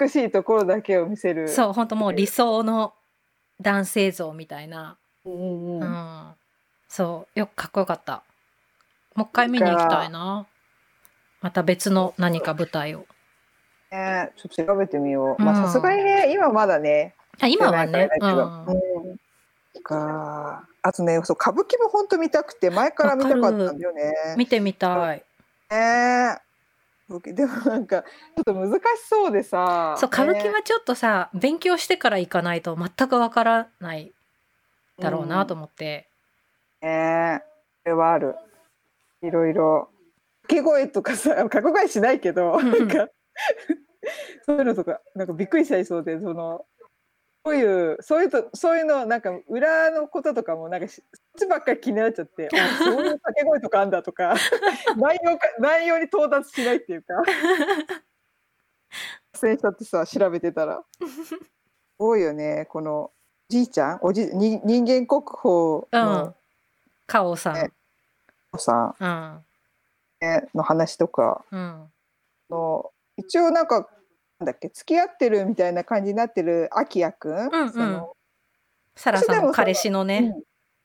Speaker 1: 美しいところだけを見せる
Speaker 2: うそう本当もう理想の男性像みたいな
Speaker 1: う、んうんう
Speaker 2: う
Speaker 1: ん、
Speaker 2: んそうよくかっこよかったもう一回見に行きたいなまた別の何か舞台を
Speaker 1: ねちょっと調べてみよう、
Speaker 2: うん
Speaker 1: まあさすがにね今まだね
Speaker 2: あ今は
Speaker 1: 出
Speaker 2: ねう
Speaker 1: ないから
Speaker 2: ん
Speaker 1: だけど、うんそっかあとねそう歌舞伎も本当見たくて前から見たかったんだよね
Speaker 2: 見てみたい
Speaker 1: ね歌舞伎でもなんかちょっと難しそうでさ
Speaker 2: そう歌舞伎
Speaker 1: ね
Speaker 2: はちょっとさ勉強してから行かないと全くわからないだろうなと思って、
Speaker 1: ねえ、それはある。いろいろ。掛け声とかさ、掛け声しないけど、
Speaker 2: ん
Speaker 1: なんか。そういうのとか、なんかびっくりしちゃいそうで、その。そういうそういうとそういうのなんか裏のこととかもなんかしそっちばっかり気になっちゃってあそういう掛け声とかあんだとか 内容か内容に到達しないっていうか戦車ってさ調べてたら多いよねこのじいちゃんおじに人間国宝
Speaker 2: う
Speaker 1: の
Speaker 2: ん。カオさん。
Speaker 1: ねおさ
Speaker 2: うん。
Speaker 1: ん、ねの話とか
Speaker 2: うん。
Speaker 1: の一応なんかなんだっけ付き合ってるみたいな感じになってるあきやくん、
Speaker 2: うんうん
Speaker 1: その
Speaker 2: サラさんの彼氏のね。
Speaker 1: うん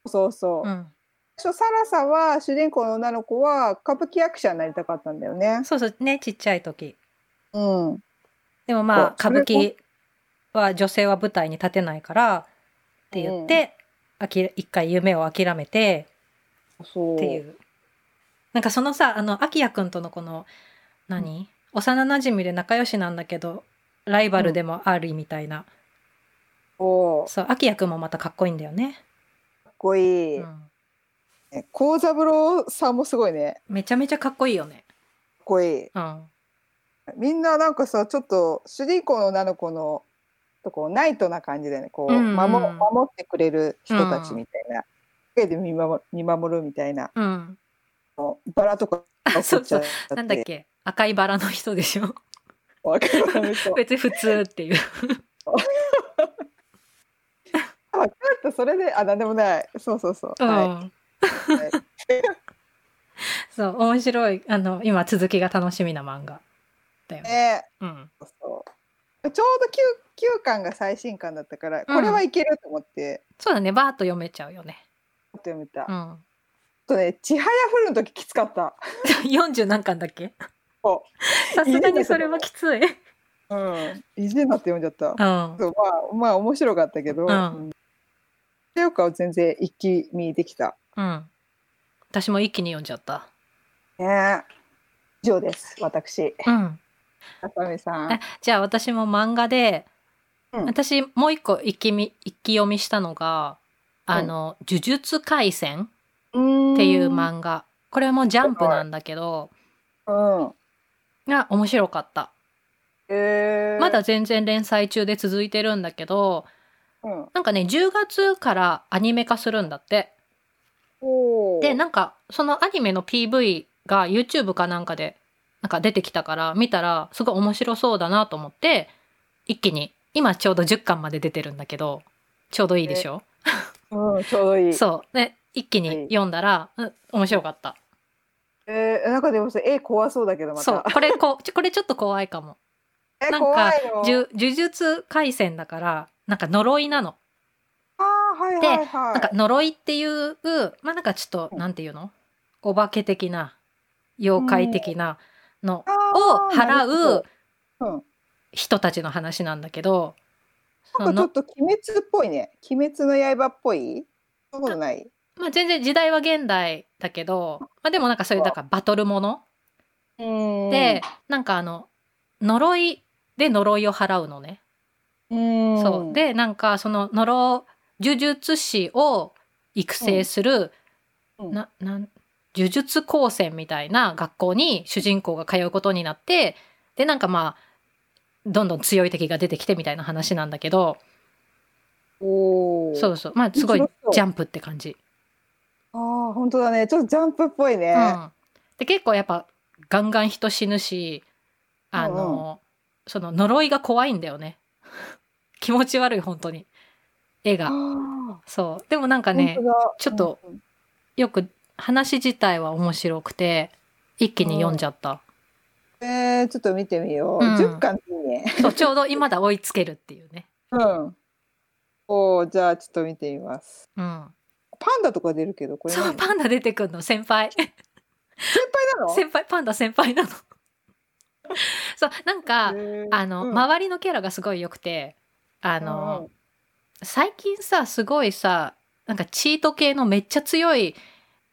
Speaker 1: そうそう、
Speaker 2: うん。
Speaker 1: 最初サラサは主人公の女の子は歌舞伎役者になりたかったんだよね。
Speaker 2: そうそうね、ちっちゃい時。
Speaker 1: うん、
Speaker 2: でもまあ、
Speaker 1: そ
Speaker 2: 歌
Speaker 1: う
Speaker 2: 舞伎は女性は舞台に立てないからって言って、あき一回夢を諦めて
Speaker 1: そう
Speaker 2: っていう。なんかそのさ、あの、アキヤくんとのこの、何、幼馴染で仲良しなんだけど、ライバルでもありみたいな。
Speaker 1: そう
Speaker 2: そう、アキヤくんもまたかっこいいんだよね。
Speaker 1: かっこいい。
Speaker 2: うん。
Speaker 1: ね幸三郎さんもすごいね。か
Speaker 2: めちゃめちゃかっこいいよね。
Speaker 1: っこいい。
Speaker 2: うん。
Speaker 1: みんななんかさちょっと主人公の女の子のとこナイトな感じだよねこう、
Speaker 2: うんうん
Speaker 1: 守守ってくれる人たちみたいな。陰で見守見守るみたいな
Speaker 2: うん。
Speaker 1: バラとか
Speaker 2: あそうそ
Speaker 1: 撮っちゃ
Speaker 2: う
Speaker 1: って
Speaker 2: なんだっけ赤いバラの人でし ょ
Speaker 1: わかる わそう
Speaker 2: 別に普通って いう。
Speaker 1: あわかったそれであなんでもないそうそうそう、
Speaker 2: うん。
Speaker 1: はいはい
Speaker 2: そう、面白い。あの、今続きが楽しみな漫画だよね。
Speaker 1: ね
Speaker 2: うん。
Speaker 1: そうそうちょうど 9, 9巻が最新巻だったからこれはいけると思って、
Speaker 2: そうだね、バーッと読めちゃうよね。
Speaker 1: ちょっと読めた、
Speaker 2: う
Speaker 1: あ
Speaker 2: ん。
Speaker 1: とね「ちはやふる」の時きつかった
Speaker 2: 40何巻だっけ
Speaker 1: そ
Speaker 2: さすがにそれはきつい。う
Speaker 1: う、うん、意地になって読んじゃった、
Speaker 2: ん。
Speaker 1: そうまあまあ面白かったけど、
Speaker 2: うん
Speaker 1: うんっていうかは全然一気見できた
Speaker 2: うん。私も一気に読んじゃった。
Speaker 1: ね以上です私
Speaker 2: うん。
Speaker 1: 浅見さん
Speaker 2: あじゃあ私も漫画で、
Speaker 1: うん
Speaker 2: 私もう一個一気み一気読みしたのが、あの、呪術廻戦
Speaker 1: っ
Speaker 2: っていう漫画。これはもうジャンプなんだけど、
Speaker 1: 画、うん
Speaker 2: が面白かった。
Speaker 1: えー
Speaker 2: まだ、全然連載中で続いてるんだけど、
Speaker 1: うん、
Speaker 2: なんかね、10月からアニメ化するんだって。
Speaker 1: おー
Speaker 2: で、なんか、そのアニメの PV が YouTube かなんかで、なんか出てきたから、見たら、すごい面白そうだなと思って、一気に、今ちょうど10巻まで出てるんだけど、ちょうどいいでしょ、
Speaker 1: うん、ちょうどいい
Speaker 2: そう。で、一気に読んだら、うん、面白かった。
Speaker 1: えー、なんかでもさ絵怖そうだけどまた
Speaker 2: そう。これこ、ちょこれちょっと怖いかも。
Speaker 1: え
Speaker 2: なんか
Speaker 1: 怖いの
Speaker 2: 呪呪術廻戦だから、なんか呪いなの。
Speaker 1: あーはいはいはい
Speaker 2: なんか呪いっていう、まあなんかちょっと、なんていうのお化け的な、妖怪的なのを
Speaker 1: あーな
Speaker 2: 払
Speaker 1: るほ
Speaker 2: う
Speaker 1: どうん
Speaker 2: 人たちの話なんだけど、そ
Speaker 1: なんかちょ
Speaker 2: の
Speaker 1: っと鬼滅っぽいね鬼滅の刃っぽいそんなことない
Speaker 2: まあ全然時代は現代だけど、まあでもなんかそういう、だからバトルもので、なんかあの、呪いで呪いを払うのね。
Speaker 1: うん
Speaker 2: そう。で、なんかその呪、呪術師を育成する、
Speaker 1: うん
Speaker 2: な、なん、呪術高専みたいな学校に主人公が通うことになって、で、なんかまあ、どんどん強い敵が出てきてみたいな話なんだけど、
Speaker 1: おー
Speaker 2: そうそう。まあ、すごい
Speaker 1: 面白そう
Speaker 2: ジャンプって感じ。
Speaker 1: ああ本当だねちょっとジャンプっぽいね、
Speaker 2: うん。で、結構やっぱ、ガンガン人死ぬし、あの、その呪いが怖いんだよね。 気持ち悪い、本当に。絵が。
Speaker 1: あ
Speaker 2: そう。でもなんか
Speaker 1: ー
Speaker 2: ね
Speaker 1: 本、当だ
Speaker 2: ちょっと
Speaker 1: うん
Speaker 2: よく話自体は面白くて、一気に読んじゃった。
Speaker 1: えー、ちょっと見てみよう、
Speaker 2: うん
Speaker 1: 10巻いいね
Speaker 2: そう、ちょうど今だ追いつけるっていうね。
Speaker 1: うんおーじゃあちょっと見てみます
Speaker 2: うん。
Speaker 1: パンダとか出るけどこれ
Speaker 2: そう、
Speaker 1: 何
Speaker 2: パンダ出てくんの、先輩。
Speaker 1: 先輩なの
Speaker 2: 先輩、パンダ先輩 なの。そう、なんか、
Speaker 1: へー
Speaker 2: あの、
Speaker 1: うん
Speaker 2: 周りのキャラがすごい良くて、あの、
Speaker 1: うん
Speaker 2: 最近さ、すごいさ、なんかチート系のめっちゃ強い、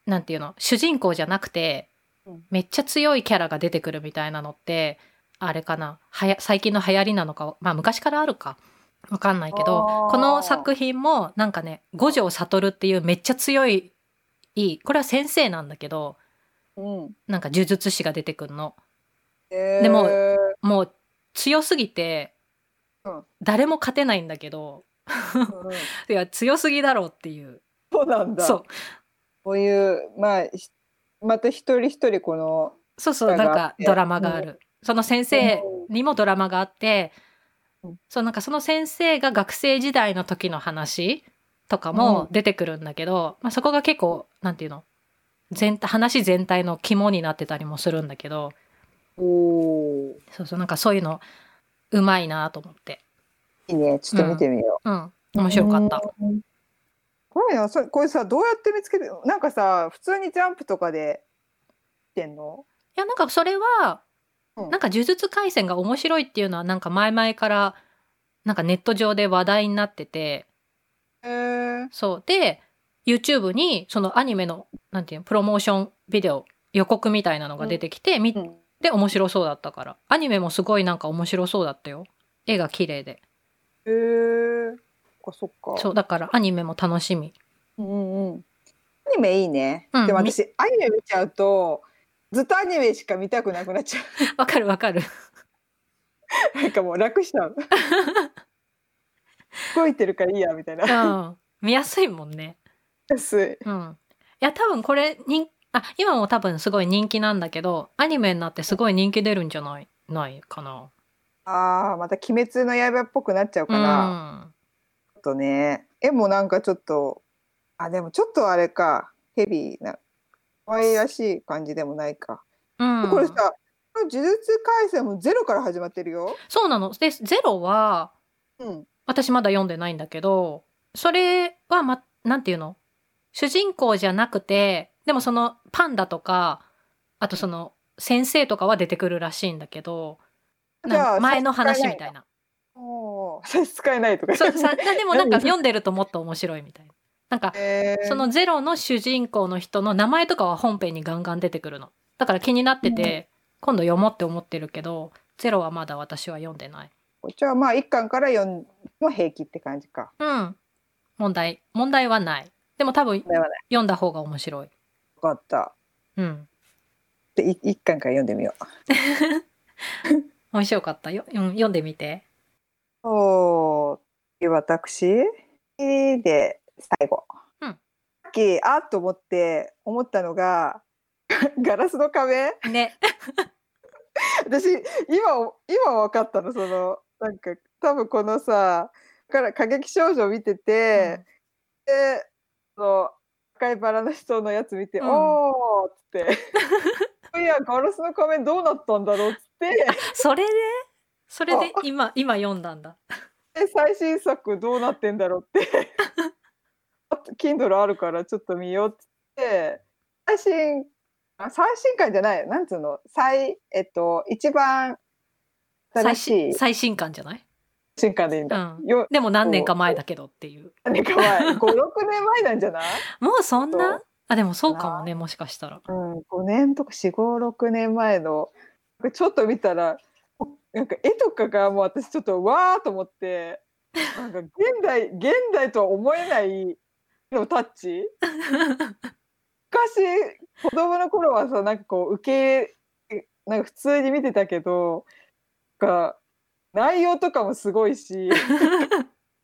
Speaker 2: なんていうの、主人公じゃなくて
Speaker 1: うん、
Speaker 2: めっちゃ強いキャラが出てくるみたいなのって、あれかな、はや最近の流行りなのか、まあ昔からあるか、わかんないけど
Speaker 1: あ、ー
Speaker 2: この作品もなんかね、五条悟っていうめっちゃ強い、いい、これは先生なんだけど、
Speaker 1: うん
Speaker 2: なんか呪術師が出てくるの。
Speaker 1: えー、
Speaker 2: でももう強すぎて
Speaker 1: うん、
Speaker 2: 誰も勝てないんだけど、
Speaker 1: うん
Speaker 2: いや強すぎだろうっていう
Speaker 1: そうなんだ。
Speaker 2: そう
Speaker 1: こういう、まあ、ひまた一人一人この。
Speaker 2: そうそうなんかドラマがある、その先生
Speaker 1: う
Speaker 2: にもドラマがあって、
Speaker 1: うん
Speaker 2: そうなんかその先生が学生時代の時の話とかも出てくるんだけど、まあ、そこが結構なんていうの全体話全体の肝になってたりもするんだけど
Speaker 1: おー
Speaker 2: そうそうなんかそういうのうまいなと思って
Speaker 1: いいね、ちょっと見てみよ
Speaker 2: うん
Speaker 1: う。
Speaker 2: 面白かった、
Speaker 1: うん。怖いな、そこれさ、どうやって見つける、なんかさ、普通にジャンプとかで。ってんの。
Speaker 2: いやなんかそれは、
Speaker 1: うん
Speaker 2: なんか呪術廻戦が面白いっていうのはなんか前々からなんかネット上で話題になってて
Speaker 1: えー、
Speaker 2: そうで YouTube にそのアニメのなんていうのプロモーションビデオ予告みたいなのが出てきて、見
Speaker 1: うん。
Speaker 2: て面白そうだったからアニメもすごいなんか面白そうだったよ絵が綺麗で
Speaker 1: えー、そっか、そっか。
Speaker 2: そうだからアニメも楽しみ
Speaker 1: うんうん。アニメいいね。
Speaker 2: うん
Speaker 1: でも私アニメ見ちゃうとずっとアニメしか見たくなくなっちゃ
Speaker 2: わかるわかる
Speaker 1: う。 なんかもう楽しち ゃう。動いてるからいいやみたいうな。
Speaker 2: ん見やすいもんね
Speaker 1: 安い。
Speaker 2: うんいや多分これ人あ今も多分すごい人気なんだけどアニメになってすごい人気出るんじゃないないかな
Speaker 1: ああまた鬼滅の刃っぽくなっちゃうか
Speaker 2: う
Speaker 1: な。
Speaker 2: ん
Speaker 1: ちょっとね絵もなんかちょっとあでもちょっとあれかヘビーな可愛らしい感じでもないか。
Speaker 2: うん
Speaker 1: これさこの呪術廻戦もゼロから始まってるよ。
Speaker 2: そうなのでゼロは
Speaker 1: うん。
Speaker 2: 私まだ読んでないんだけどそれはまなんていうの主人公じゃなくてでもそのパンダとかあとその先生とかは出てくるらしいんだけどなんか前の話みたい
Speaker 1: な。
Speaker 2: な
Speaker 1: おお差し支えないと か。
Speaker 2: そうさ でもなんか読んでるともっと面白いみたいななんか
Speaker 1: えー
Speaker 2: そのゼロの主人公の人の名前とかは本編にガンガン出てくるのだから気になってて、今度読もうって思ってるけどゼロはまだ私は読んでない
Speaker 1: じゃあまあ一巻から読んも平気って感じか。
Speaker 2: うん問題問題はないでも多分
Speaker 1: 問題はない。
Speaker 2: 読んだ方が面白い
Speaker 1: よかった。
Speaker 2: うん
Speaker 1: でい一巻から読んでみよ
Speaker 2: 面白かったよ、うん、読んでみて
Speaker 1: う。おお。私で最後。
Speaker 2: うん
Speaker 1: さっきあっと思って思ったのが ガラスの壁。
Speaker 2: ね
Speaker 1: 私今お今分かったのそのなんか多分このさから過激少女見てて、でその赤いバラの人のやつ見て「
Speaker 2: うん
Speaker 1: おー」っつ って「いやガラスの仮面どうなったんだろう」っつって
Speaker 2: それでそれで今今読んだんだ
Speaker 1: で最新作どうなってんだろうって あと Kindle あるからちょっと見ようっつって最新あ最新刊じゃないよなんつうの最えっと一番新
Speaker 2: 最
Speaker 1: し
Speaker 2: 新
Speaker 1: い
Speaker 2: 最新刊じゃない、
Speaker 1: 新刊でいいん
Speaker 2: う
Speaker 1: だ。
Speaker 2: ん、
Speaker 1: よ
Speaker 2: でも何年か前だけどっていう
Speaker 1: なんか前56年前なんじゃない、
Speaker 2: もうそんなあでもそうかもねもし かしたら
Speaker 1: うん、5年とか456年前のちょっと見たらなんか絵とかがもう私ちょっとわーと思ってなんか現代現代とは思えないのタッチ昔子供の頃はさなんかこう受けなんか普通に見てたけどなんか内容とかもすごい し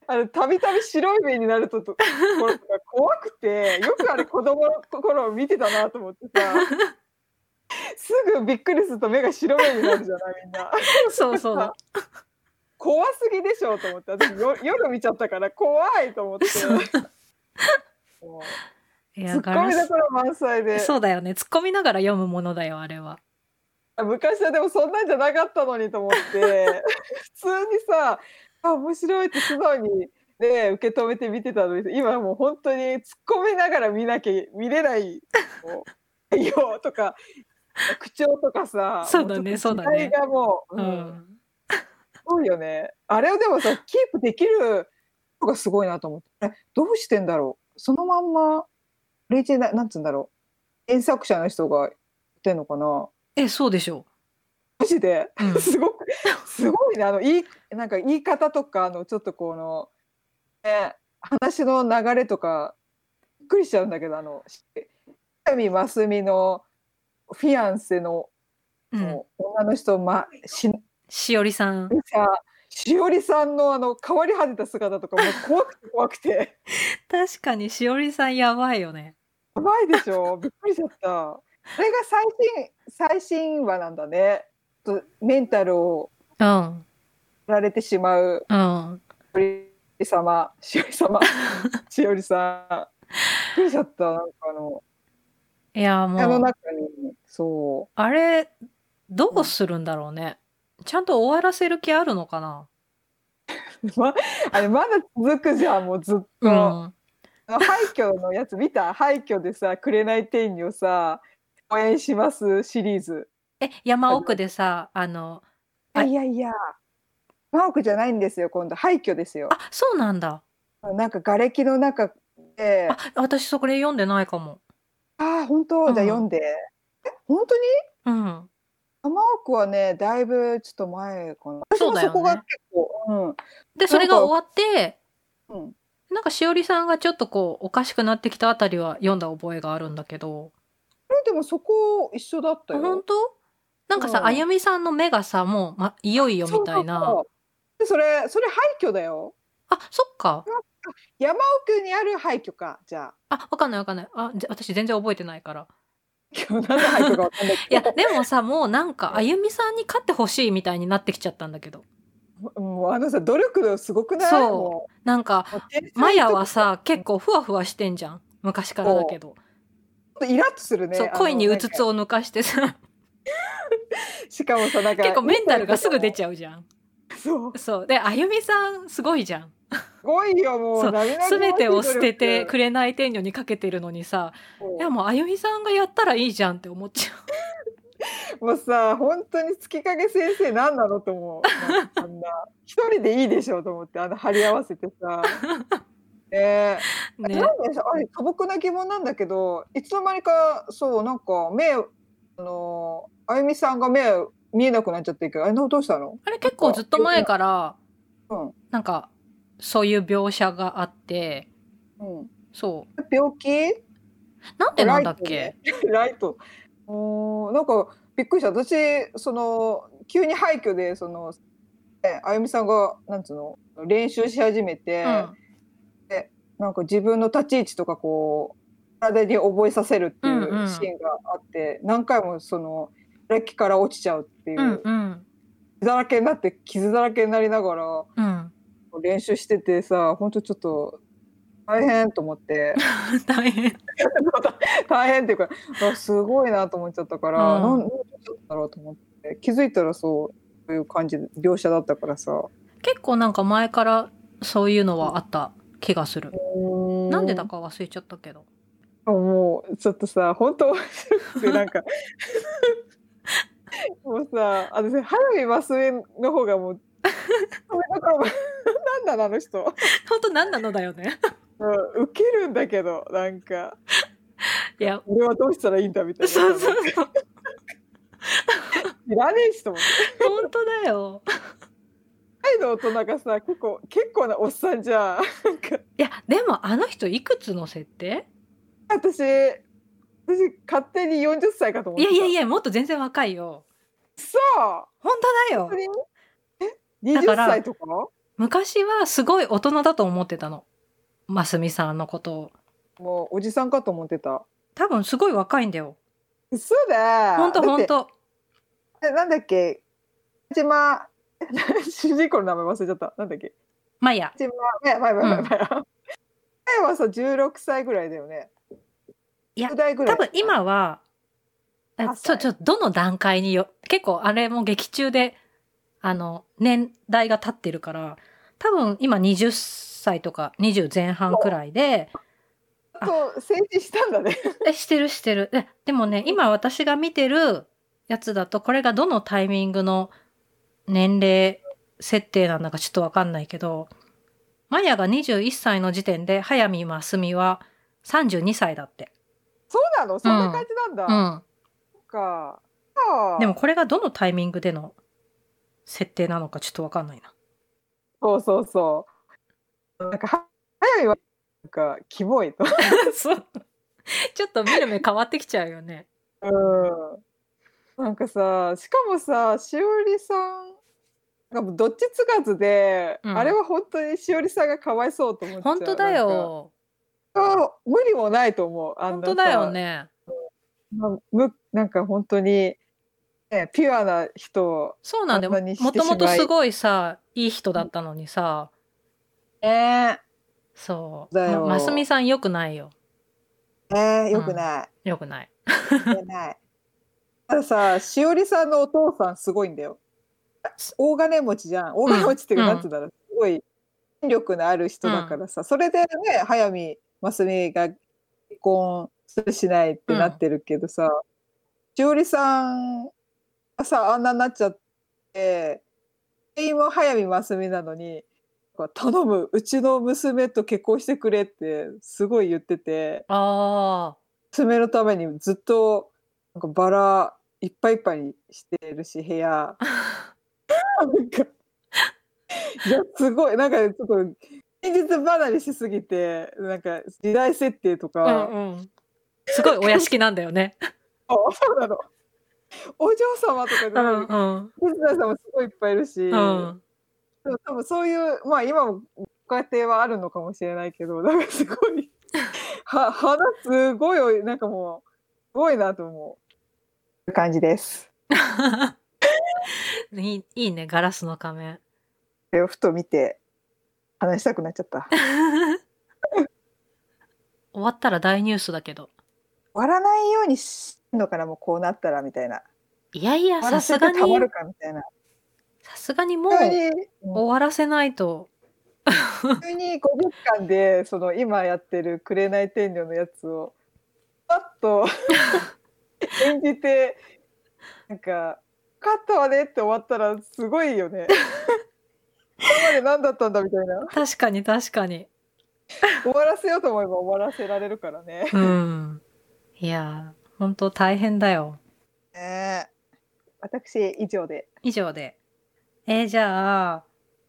Speaker 1: あのたびたび白い目になるとところが怖くてよくあれ子供の頃を見てたなと思ってさすぐびっくりすると目が白目になるじゃないみんな
Speaker 2: そうそうだ
Speaker 1: 怖すぎでしょと思って私よ夜見ちゃったから怖いと思って。
Speaker 2: そう
Speaker 1: もうツ
Speaker 2: いや
Speaker 1: ッ
Speaker 2: ガ
Speaker 1: コ
Speaker 2: ラ
Speaker 1: ミ
Speaker 2: ス
Speaker 1: どころ満載で
Speaker 2: そうだよね突っ込みながら読むものだよあれは
Speaker 1: 昔はでもそんなんじゃなかったのにと思 って普通にさあ面白いって素直にね受け止めて見てたのに今もう本当に突っ込みながら見なきゃ見れないこう内容とか口調とかさ
Speaker 2: そうだね
Speaker 1: もちょっと
Speaker 2: そうだね
Speaker 1: 時代がもう、
Speaker 2: う
Speaker 1: うん
Speaker 2: ん
Speaker 1: そうよねあれをでもさキープできるのがすごいなと思ってえどうしてんだろうそのまんまレジェななんつうんだろう原作者の人が言ってんのかな
Speaker 2: えそうでしょ
Speaker 1: マジで
Speaker 2: う、うん、
Speaker 1: すごくすごいねあのいいなんか言い方とかあのちょっとこの、ね、話の流れとかびっくりしちゃうんだけどあのし北見真澄のフィアンセの、
Speaker 2: うん、
Speaker 1: 女の人、ま、し
Speaker 2: しおりさん
Speaker 1: さしおりさんのあの変わり果てた姿とかもう怖くて怖くて
Speaker 2: 確かにしおりさんやばいよね。
Speaker 1: やばいでしょびっくりしちゃったあれが最新最新話なんだねとメンタルを
Speaker 2: うん。
Speaker 1: やられてしまう
Speaker 2: うん。
Speaker 1: しおり様しおり 様しおりさんびっくりしちゃったなんかあの
Speaker 2: いや、
Speaker 1: 部屋の
Speaker 2: もう、
Speaker 1: 中にそう
Speaker 2: あれ、どうするんだろうね。ちゃんと終わらせる気あるのかな
Speaker 1: ま、 あれまだ続くじゃんもうずっと、
Speaker 2: う
Speaker 1: あ
Speaker 2: ん。
Speaker 1: の廃墟のやつ見た廃墟でさ「紅天女」をさ応援しますシリーズ
Speaker 2: え、山奥でさ、あの、
Speaker 1: いや
Speaker 2: はい
Speaker 1: いやいや真奥じゃないんですよ今度廃墟ですよ
Speaker 2: あ、そうなんだ。
Speaker 1: なんか瓦礫の中で
Speaker 2: あ、私そこで読んでないかも。
Speaker 1: ああ本当じゃあ
Speaker 2: うん
Speaker 1: 読んで、え本当に
Speaker 2: うん。
Speaker 1: 山奥はねだいぶちょっと前かな私
Speaker 2: そう
Speaker 1: も
Speaker 2: だよね
Speaker 1: そこが結構
Speaker 2: で、それが終わって、
Speaker 1: うん、うん、
Speaker 2: なんかしおりさんがちょっとこう、おかしくなってきたあたりは読んだ覚えがあるんだけど。
Speaker 1: あれでもそこ一緒だったよ
Speaker 2: 本当なんか
Speaker 1: う
Speaker 2: さ、
Speaker 1: ん
Speaker 2: あゆみさんの目がさ、もう、ま、いよいよみたい
Speaker 1: そ
Speaker 2: な。
Speaker 1: うそうそうでそれそれ廃墟だよ
Speaker 2: あ、そっか。
Speaker 1: 山奥にある廃墟かじゃあ
Speaker 2: あ、わかんないわかんない。あ、じゃ私全然覚えてないから。
Speaker 1: 今日何の廃墟かわかんない
Speaker 2: い
Speaker 1: け
Speaker 2: や、
Speaker 1: ど
Speaker 2: でもさ、もうなんか、あゆみさんに勝ってほしいみたいになってきちゃったんだけど。
Speaker 1: もうあのさ努力のすごくない
Speaker 2: そう
Speaker 1: も
Speaker 2: なんか、
Speaker 1: うもう天才
Speaker 2: マヤはさ、結構ふわふわしてんじゃん。昔からだけど。
Speaker 1: ちょっとイラッとするね
Speaker 2: そう、
Speaker 1: あの
Speaker 2: 恋にう
Speaker 1: な
Speaker 2: つ
Speaker 1: んか
Speaker 2: つを抜かしてさ、
Speaker 1: しかもさなんか
Speaker 2: 結構メンタルがすぐ出ちゃうじゃん。
Speaker 1: ゃうそうす
Speaker 2: そう。で、あゆみさん、すごいじゃん。
Speaker 1: ごいよも
Speaker 2: そう
Speaker 1: 涙ぐ
Speaker 2: す
Speaker 1: ましい
Speaker 2: べ
Speaker 1: 努力
Speaker 2: てを捨てて、紅天女にかけてるのにさ、
Speaker 1: そう
Speaker 2: いやもうあゆみさんがやったらいいじゃんって思っちゃう。
Speaker 1: もうさ本当に月影先生何なのと思 うなんかあんな一人でいいでしょうと思ってあの張り合わせて さねえ
Speaker 2: ね
Speaker 1: な。んでさあれ素朴な疑問なんだけどいつの間にかそうなんか目あのあゆみさんが目見えなくなっちゃってるけどあれのどうしたの
Speaker 2: あれ結構ずっと前から、
Speaker 1: うん
Speaker 2: なんか、そういう描写があって、
Speaker 1: うん、
Speaker 2: そう。
Speaker 1: 病気
Speaker 2: なんでなんだっけ
Speaker 1: ライト。おーなんかびっくりした。私その急に廃墟でその、ね、あゆみさんがなんつうの練習し始めて、
Speaker 2: うん
Speaker 1: なんか自分の立ち位置とかこう体に覚えさせるってい
Speaker 2: んう
Speaker 1: ううんシーンがあって、何回もそのラッキから落ちちゃうっていう、
Speaker 2: うんうん
Speaker 1: 傷だらけになって傷だらけになりながら
Speaker 2: うん。
Speaker 1: 練習しててさ、本当ちょっと大変と思って。
Speaker 2: 大変。
Speaker 1: 大変っていうかあすごいなと思っちゃったから、
Speaker 2: うん
Speaker 1: なんなんでだったろうと思って気づいたらそうそういう感じで描写だったからさ
Speaker 2: 結構なんか前からそういうのはあった気がする。なんでだか忘れちゃったけど。
Speaker 1: もうちょっとさ本当面白くてなん かもうさ私早見真澄の方がも うだからなんだあの人、
Speaker 2: 本当何なのだよね。
Speaker 1: うん、ウケるんだけどなんか
Speaker 2: いや、
Speaker 1: 俺はどうしたらいいんだみたいな
Speaker 2: そうそうそう。
Speaker 1: 知らねえしと思って。
Speaker 2: 本当だよ。
Speaker 1: タイの大人がさ結構結構なおっさんじゃんなんか
Speaker 2: いや、でもあの人いくつの設定
Speaker 1: 私私勝手に40歳かと思っ
Speaker 2: い
Speaker 1: て
Speaker 2: や
Speaker 1: た
Speaker 2: いやいや、もっと全然若いよ。
Speaker 1: さ
Speaker 2: 本当だよ
Speaker 1: あ。え
Speaker 2: だ
Speaker 1: 20
Speaker 2: から
Speaker 1: 歳とかも
Speaker 2: 昔はすごい大人だと思ってたの。ますみさんのことを。
Speaker 1: うおじさんかと思ってた
Speaker 2: 多分すごい若いんだよ。
Speaker 1: 嘘だ
Speaker 2: 本当本
Speaker 1: だっ
Speaker 2: 当。
Speaker 1: てえなんだっけ田島主人公の名前忘れちゃったなんだっけ
Speaker 2: まあいいや。
Speaker 1: 田島ね前前前前前はさ16歳ぐらいだよね
Speaker 2: いや
Speaker 1: 10代ぐら
Speaker 2: 多
Speaker 1: い
Speaker 2: 分今は、
Speaker 1: あ
Speaker 2: あちょ、ちょ、どの段階によ、結構あれも劇中で、あの、年代が経ってるから、多分今20歳とか20前半くらいで、
Speaker 1: そう成人したんだね
Speaker 2: え、してるしてる。ででもね、今私が見てるやつだと、これがどのタイミングの年齢設定なんだかちょっとわかんないけど、マヤが21歳の時点で、早見真澄は32歳だって。
Speaker 1: そうなのそんな感じなんだ、
Speaker 2: うん。
Speaker 1: そっかああ
Speaker 2: でもこれがどのタイミングでの設定なのかちょっとわかんないな。
Speaker 1: そうそうそう。なんか、は早いは、なんか、キモいと。
Speaker 2: そう。ちょっと見る目変わってきちゃうよね。
Speaker 1: うん。なんかさ、しかもさ、しおりさんなんかどっちつかずで、
Speaker 2: うん
Speaker 1: あれは本当にしおりさんがかわいそうと思っちゃう
Speaker 2: 本当だよ。
Speaker 1: なんかあ無理もないと思うあん
Speaker 2: 本
Speaker 1: なさ
Speaker 2: 当だよね。
Speaker 1: まあむなんか本当に、ね、ピュアな人を
Speaker 2: そうなんだ
Speaker 1: あんなに
Speaker 2: よ。
Speaker 1: して
Speaker 2: もとも
Speaker 1: し
Speaker 2: と
Speaker 1: まい
Speaker 2: すごいさ、いい人だったのにさ、
Speaker 1: え
Speaker 2: そう。
Speaker 1: だよ
Speaker 2: まますみさん良くないよ。
Speaker 1: え
Speaker 2: ん
Speaker 1: よくない、
Speaker 2: 良くない。
Speaker 1: よくないたださしおりさんのお父さんすごいんだよ大金持ちじゃん大金持ちっていうか、
Speaker 2: うん
Speaker 1: なんつうんだろうすごい権力のある人だからさ、それでね早見ますみが結婚するしないってなってるけどさ、しおりさんがさあんなになっちゃって全員は早見ますみなのにこう頼むうちの娘と結婚してくれってすごい言ってて
Speaker 2: ああ。
Speaker 1: 娘のためにずっとなんかバラいっぱいいっぱいにしてるし部屋なんかいやすごいなんかちょっと現実離れしすぎてなんか時代設定と
Speaker 2: う
Speaker 1: か、
Speaker 2: んうん。すごいお屋敷なんだよね。
Speaker 1: あそうなのお嬢様とかじゃ
Speaker 2: う
Speaker 1: ない、
Speaker 2: んうん。
Speaker 1: 水田さんもすごいいっぱいいるし、
Speaker 2: うん。
Speaker 1: でも多分そういうまあ今もご家庭はあるのかもしれないけどなんかすごいは花すごいなんかもうすごいなと思う感じです。
Speaker 2: いいいいね、ガラスの仮面。
Speaker 1: それをふと見て話したくなっちゃった。 終
Speaker 2: 終わったら大ニュースだけど。
Speaker 1: わらないようにしんのかなもうこうなったらみたいな。
Speaker 2: いやいや、
Speaker 1: 終わ
Speaker 2: さ
Speaker 1: らせ
Speaker 2: す
Speaker 1: て
Speaker 2: がに
Speaker 1: た、まるかみたいな。
Speaker 2: さすがにもう
Speaker 1: 急
Speaker 2: 終
Speaker 1: に
Speaker 2: わらせないと。
Speaker 1: 急に50巻でその今やってる「紅天女」のやつをパッ と演じてなんか「カットはね」って終わったらすごいよね。今まで何だったんだみたいな
Speaker 2: 確かに確か に。
Speaker 1: 終わらせようと思えば終わらせられるからね。
Speaker 2: うん。いやー、本当大変だよ。
Speaker 1: ね私以上で。
Speaker 2: 以上で。えーじゃあ、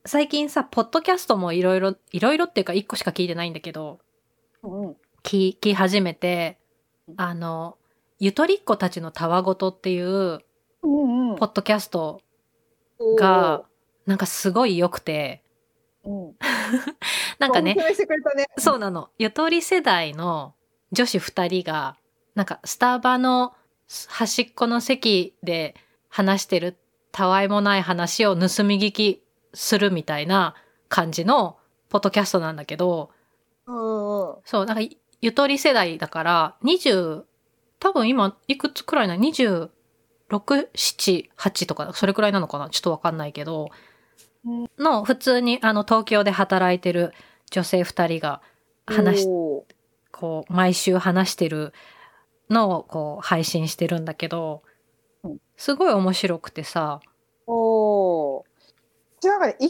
Speaker 2: 最近さ、ポッドキャストもいろいろ、いろいろっていうか一個しか聞いてないんだけど、
Speaker 1: うん、
Speaker 2: 聞聞き始めて、あの、ゆとりっ子たちのたわごとっていう、
Speaker 1: うんうん
Speaker 2: ポッドキャスト
Speaker 1: おー
Speaker 2: が、なんかすごい良くて、
Speaker 1: うん、
Speaker 2: なんか
Speaker 1: お
Speaker 2: ね
Speaker 1: す、すめしてくれたね。
Speaker 2: そうなの。ゆとり世代の女子二人が、なんかスタバの端っこの席で話してるたわいもない話を盗み聞きするみたいな感じのポッドキャストなんだけど、
Speaker 1: うんうん
Speaker 2: そう、なんかゆとり世代だから、20、多分今いくつくらいな、26、7、8とか、それくらいなのかなちょっとわかんないけど、の普通にあの東京で働いてる女性二人が話し
Speaker 1: お
Speaker 2: こう、毎週話してるのをこう、配信してるんだけど
Speaker 1: うん、
Speaker 2: すごい面白くてさ、
Speaker 1: ーおー。じゃあね一回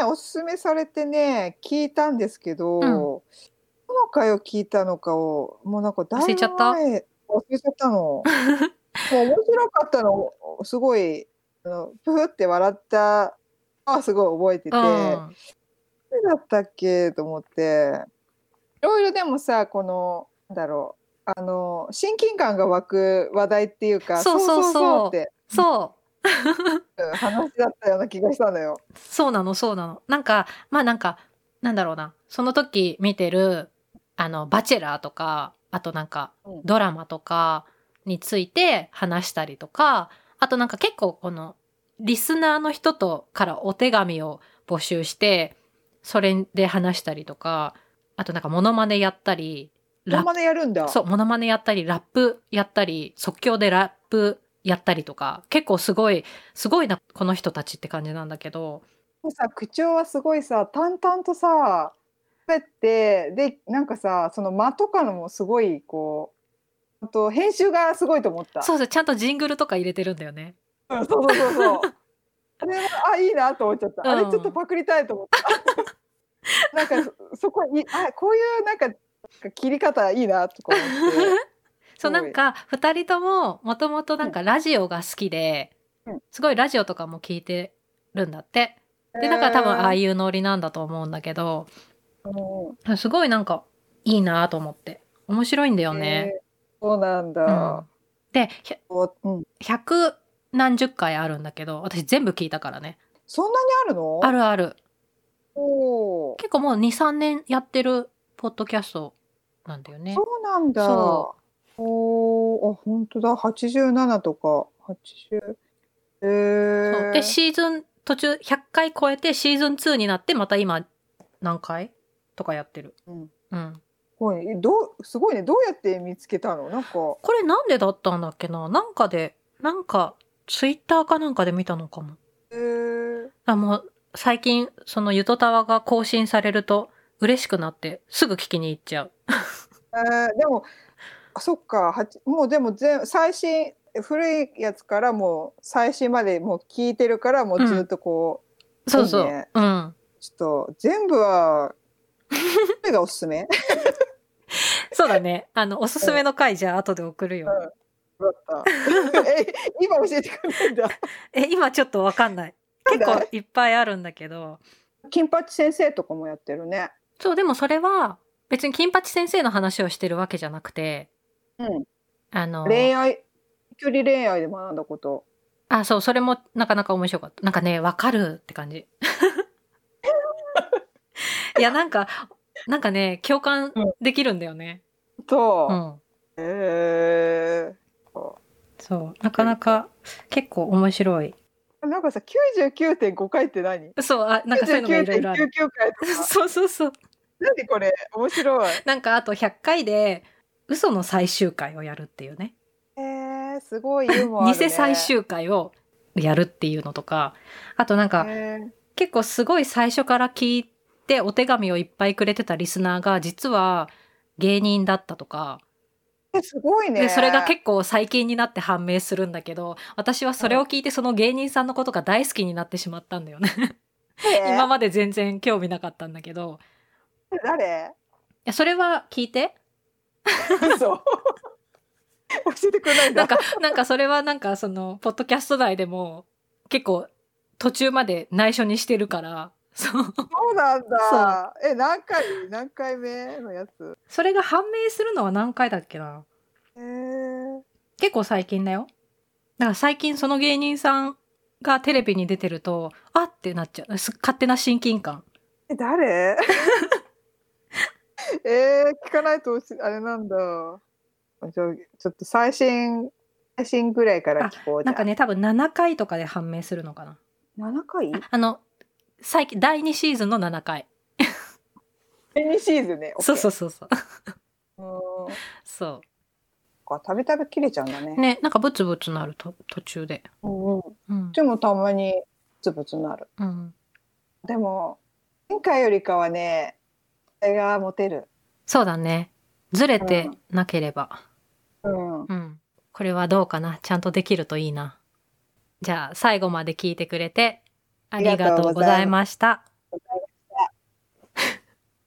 Speaker 1: ねおすすめされてね聞いたんですけど、
Speaker 2: ん
Speaker 1: どの回を聞いたのかをもうなんかだいぶ
Speaker 2: 忘れちゃった
Speaker 1: 前忘れちゃったの。も う面白かったのすごいあのプフって笑ったのはすごい覚えてて。
Speaker 2: うん。
Speaker 1: 何だったっけと思っていろいろでもさこのなんだろうあの親近感が湧く話題っていうか
Speaker 2: そうそうそう
Speaker 1: って
Speaker 2: そう。
Speaker 1: うん話だったような気がしたのよ。
Speaker 2: そうなの、そうなの。なんか、まあなんか、なんだろうな。その時見てる、あの、バチェラーとか、あとなんか
Speaker 1: うん、
Speaker 2: ドラマとかについて話したりとか、あとなんか結構この、リスナーの人とからお手紙を募集して、それで話したりとか、あとなんかモノマネやったり、
Speaker 1: モ
Speaker 2: ラ
Speaker 1: ノ
Speaker 2: ップ
Speaker 1: マネやるんだ。
Speaker 2: そう、モノマネやったり、ラップやったり、即興でラップやったりとか、結構すごい、すごいな、この人たちって感じなんだけど、
Speaker 1: もうさ口調はすごいさ淡々とさ喋ってでなんかさその間とかのもすごいこうあと編集がすごいと思った。
Speaker 2: そうそう、ちゃんとジングルとか入れてるんだよ ね。
Speaker 1: うんそうそうそうそう。 あれはあいいなと思っちゃった。あれ
Speaker 2: うん
Speaker 1: ちょっとパクりたいと思 った。なんかそそこにあこういうなんか切り方いいなとか思って。
Speaker 2: そう、なんか、二人とも、もともとなんかラジオが好きで
Speaker 1: うん、
Speaker 2: すごいラジオとかも聞いてるんだって。 で、だから多分ああ
Speaker 1: い
Speaker 2: いうノリなんだと思うんだけど、
Speaker 1: うん
Speaker 2: すごいなんか、いいなと思って。面白いんだよね。
Speaker 1: えーそうなん
Speaker 2: うん
Speaker 1: だ。、
Speaker 2: で、ひゃ
Speaker 1: こううん
Speaker 2: 百何十回あるんだけど、私全部聞いたからね。
Speaker 1: そんなにあるの
Speaker 2: あるある。
Speaker 1: おー
Speaker 2: 結構もう2、3年やってるポッドキャストなんだよね
Speaker 1: そ。うなんだ。
Speaker 2: そ
Speaker 1: おーあ、本当だ。87とか、80。え
Speaker 2: そう
Speaker 1: ー、
Speaker 2: で、シーズン途中100回超えてシーズン2になってまた今何回とかやってる。
Speaker 1: うん
Speaker 2: うん。
Speaker 1: すごいねどうすごいねどうやって見つけたのなんか
Speaker 2: これなんでだったんだっけななんかで、なんかツイッターかなんかで見たのかも。
Speaker 1: えー、
Speaker 2: あもう最近そのゆとたわが更新されると嬉しくなってすぐ聞きに行っちゃう。
Speaker 1: えーでもあそっかはちもうでも全最新古いやつからもう最新までもう聞いてるからもうずっとこう、
Speaker 2: そうそ
Speaker 1: い
Speaker 2: う。
Speaker 1: いね
Speaker 2: うん。
Speaker 1: ちょっと全部はどれがおすすめ
Speaker 2: そうだね。 あの、おすすめの回じゃあ後で送るよ。
Speaker 1: だった え今教えてくれないんだ
Speaker 2: え、今ちょっとわかんない。結構いっぱいあるんだけど。
Speaker 1: 金八先生とかもやってるね
Speaker 2: そう、でもそれは別に金八先生の話をしてるわけじゃなくて、
Speaker 1: うん
Speaker 2: あの、
Speaker 1: 恋愛距離恋愛で学んだこと
Speaker 2: あ、そう、それもなかなか面白かった。なんかね、わかるって 感じ。いや、なんか、なんかね、共感できるんだよね。
Speaker 1: と、
Speaker 2: うん
Speaker 1: え
Speaker 2: そう、なかなか結構面白い。
Speaker 1: ー、なんかさ99.5回って何
Speaker 2: そう、あ、なんかそういうのがいろいろ ある。
Speaker 1: 99.99回とか
Speaker 2: そうそうそう。
Speaker 1: 何これ面白い
Speaker 2: なんかあと100回で、嘘の最終回をやるっていうね。
Speaker 1: えー、すごいユーモアある、ね、
Speaker 2: 偽最終回をやるっていうのとか、あとなんか、
Speaker 1: えー
Speaker 2: 結構すごい最初から聞いてお手紙をいっぱいくれてたリスナーが、実は芸人だったとか、
Speaker 1: えすごいね
Speaker 2: でそれが結構最近になって判明するんだけど、私はそれを聞いてその芸人さんのことが大好きになってしまったんだよね。
Speaker 1: えー
Speaker 2: 今まで全然興味なかったんだけど、
Speaker 1: 誰
Speaker 2: いや、それは聞い て。
Speaker 1: 嘘 教えてくれないんだ
Speaker 2: なんか、なんかそれはなんかその、ポッドキャスト内でも、結構、途中まで内緒にしてるから、そう。
Speaker 1: そうなんだえ何回何回目のやつ
Speaker 2: それが判明するのは何回だっけな
Speaker 1: えー、
Speaker 2: 結構最近だよ。だから最近その芸人さんがテレビに出てると、あってなっちゃう。す勝手な親近感。
Speaker 1: え 誰えー、聞かないとしあれなんだじゃあちょっと最新最新ぐらいから聞こうじゃ
Speaker 2: なんかね、多分7回とかで判明するのかな。
Speaker 1: 7回
Speaker 2: ああの、最近、第2シーズンの7回。
Speaker 1: ?2 シーズンね
Speaker 2: そうそううそうそう。
Speaker 1: そう
Speaker 2: そ
Speaker 1: んたびたび切れちゃうんだね
Speaker 2: う。ね、なんかブツブツなると途中で。
Speaker 1: うんうん
Speaker 2: うん。
Speaker 1: でもたまにつぶつなる
Speaker 2: うん。
Speaker 1: でも前回よりかはねあれがモテる
Speaker 2: そうだね。ずれてなければ。
Speaker 1: うん
Speaker 2: うん。これはどうかなちゃんとできるといいな。じゃあ、最後まで聞いてくれて、ありがとうございました。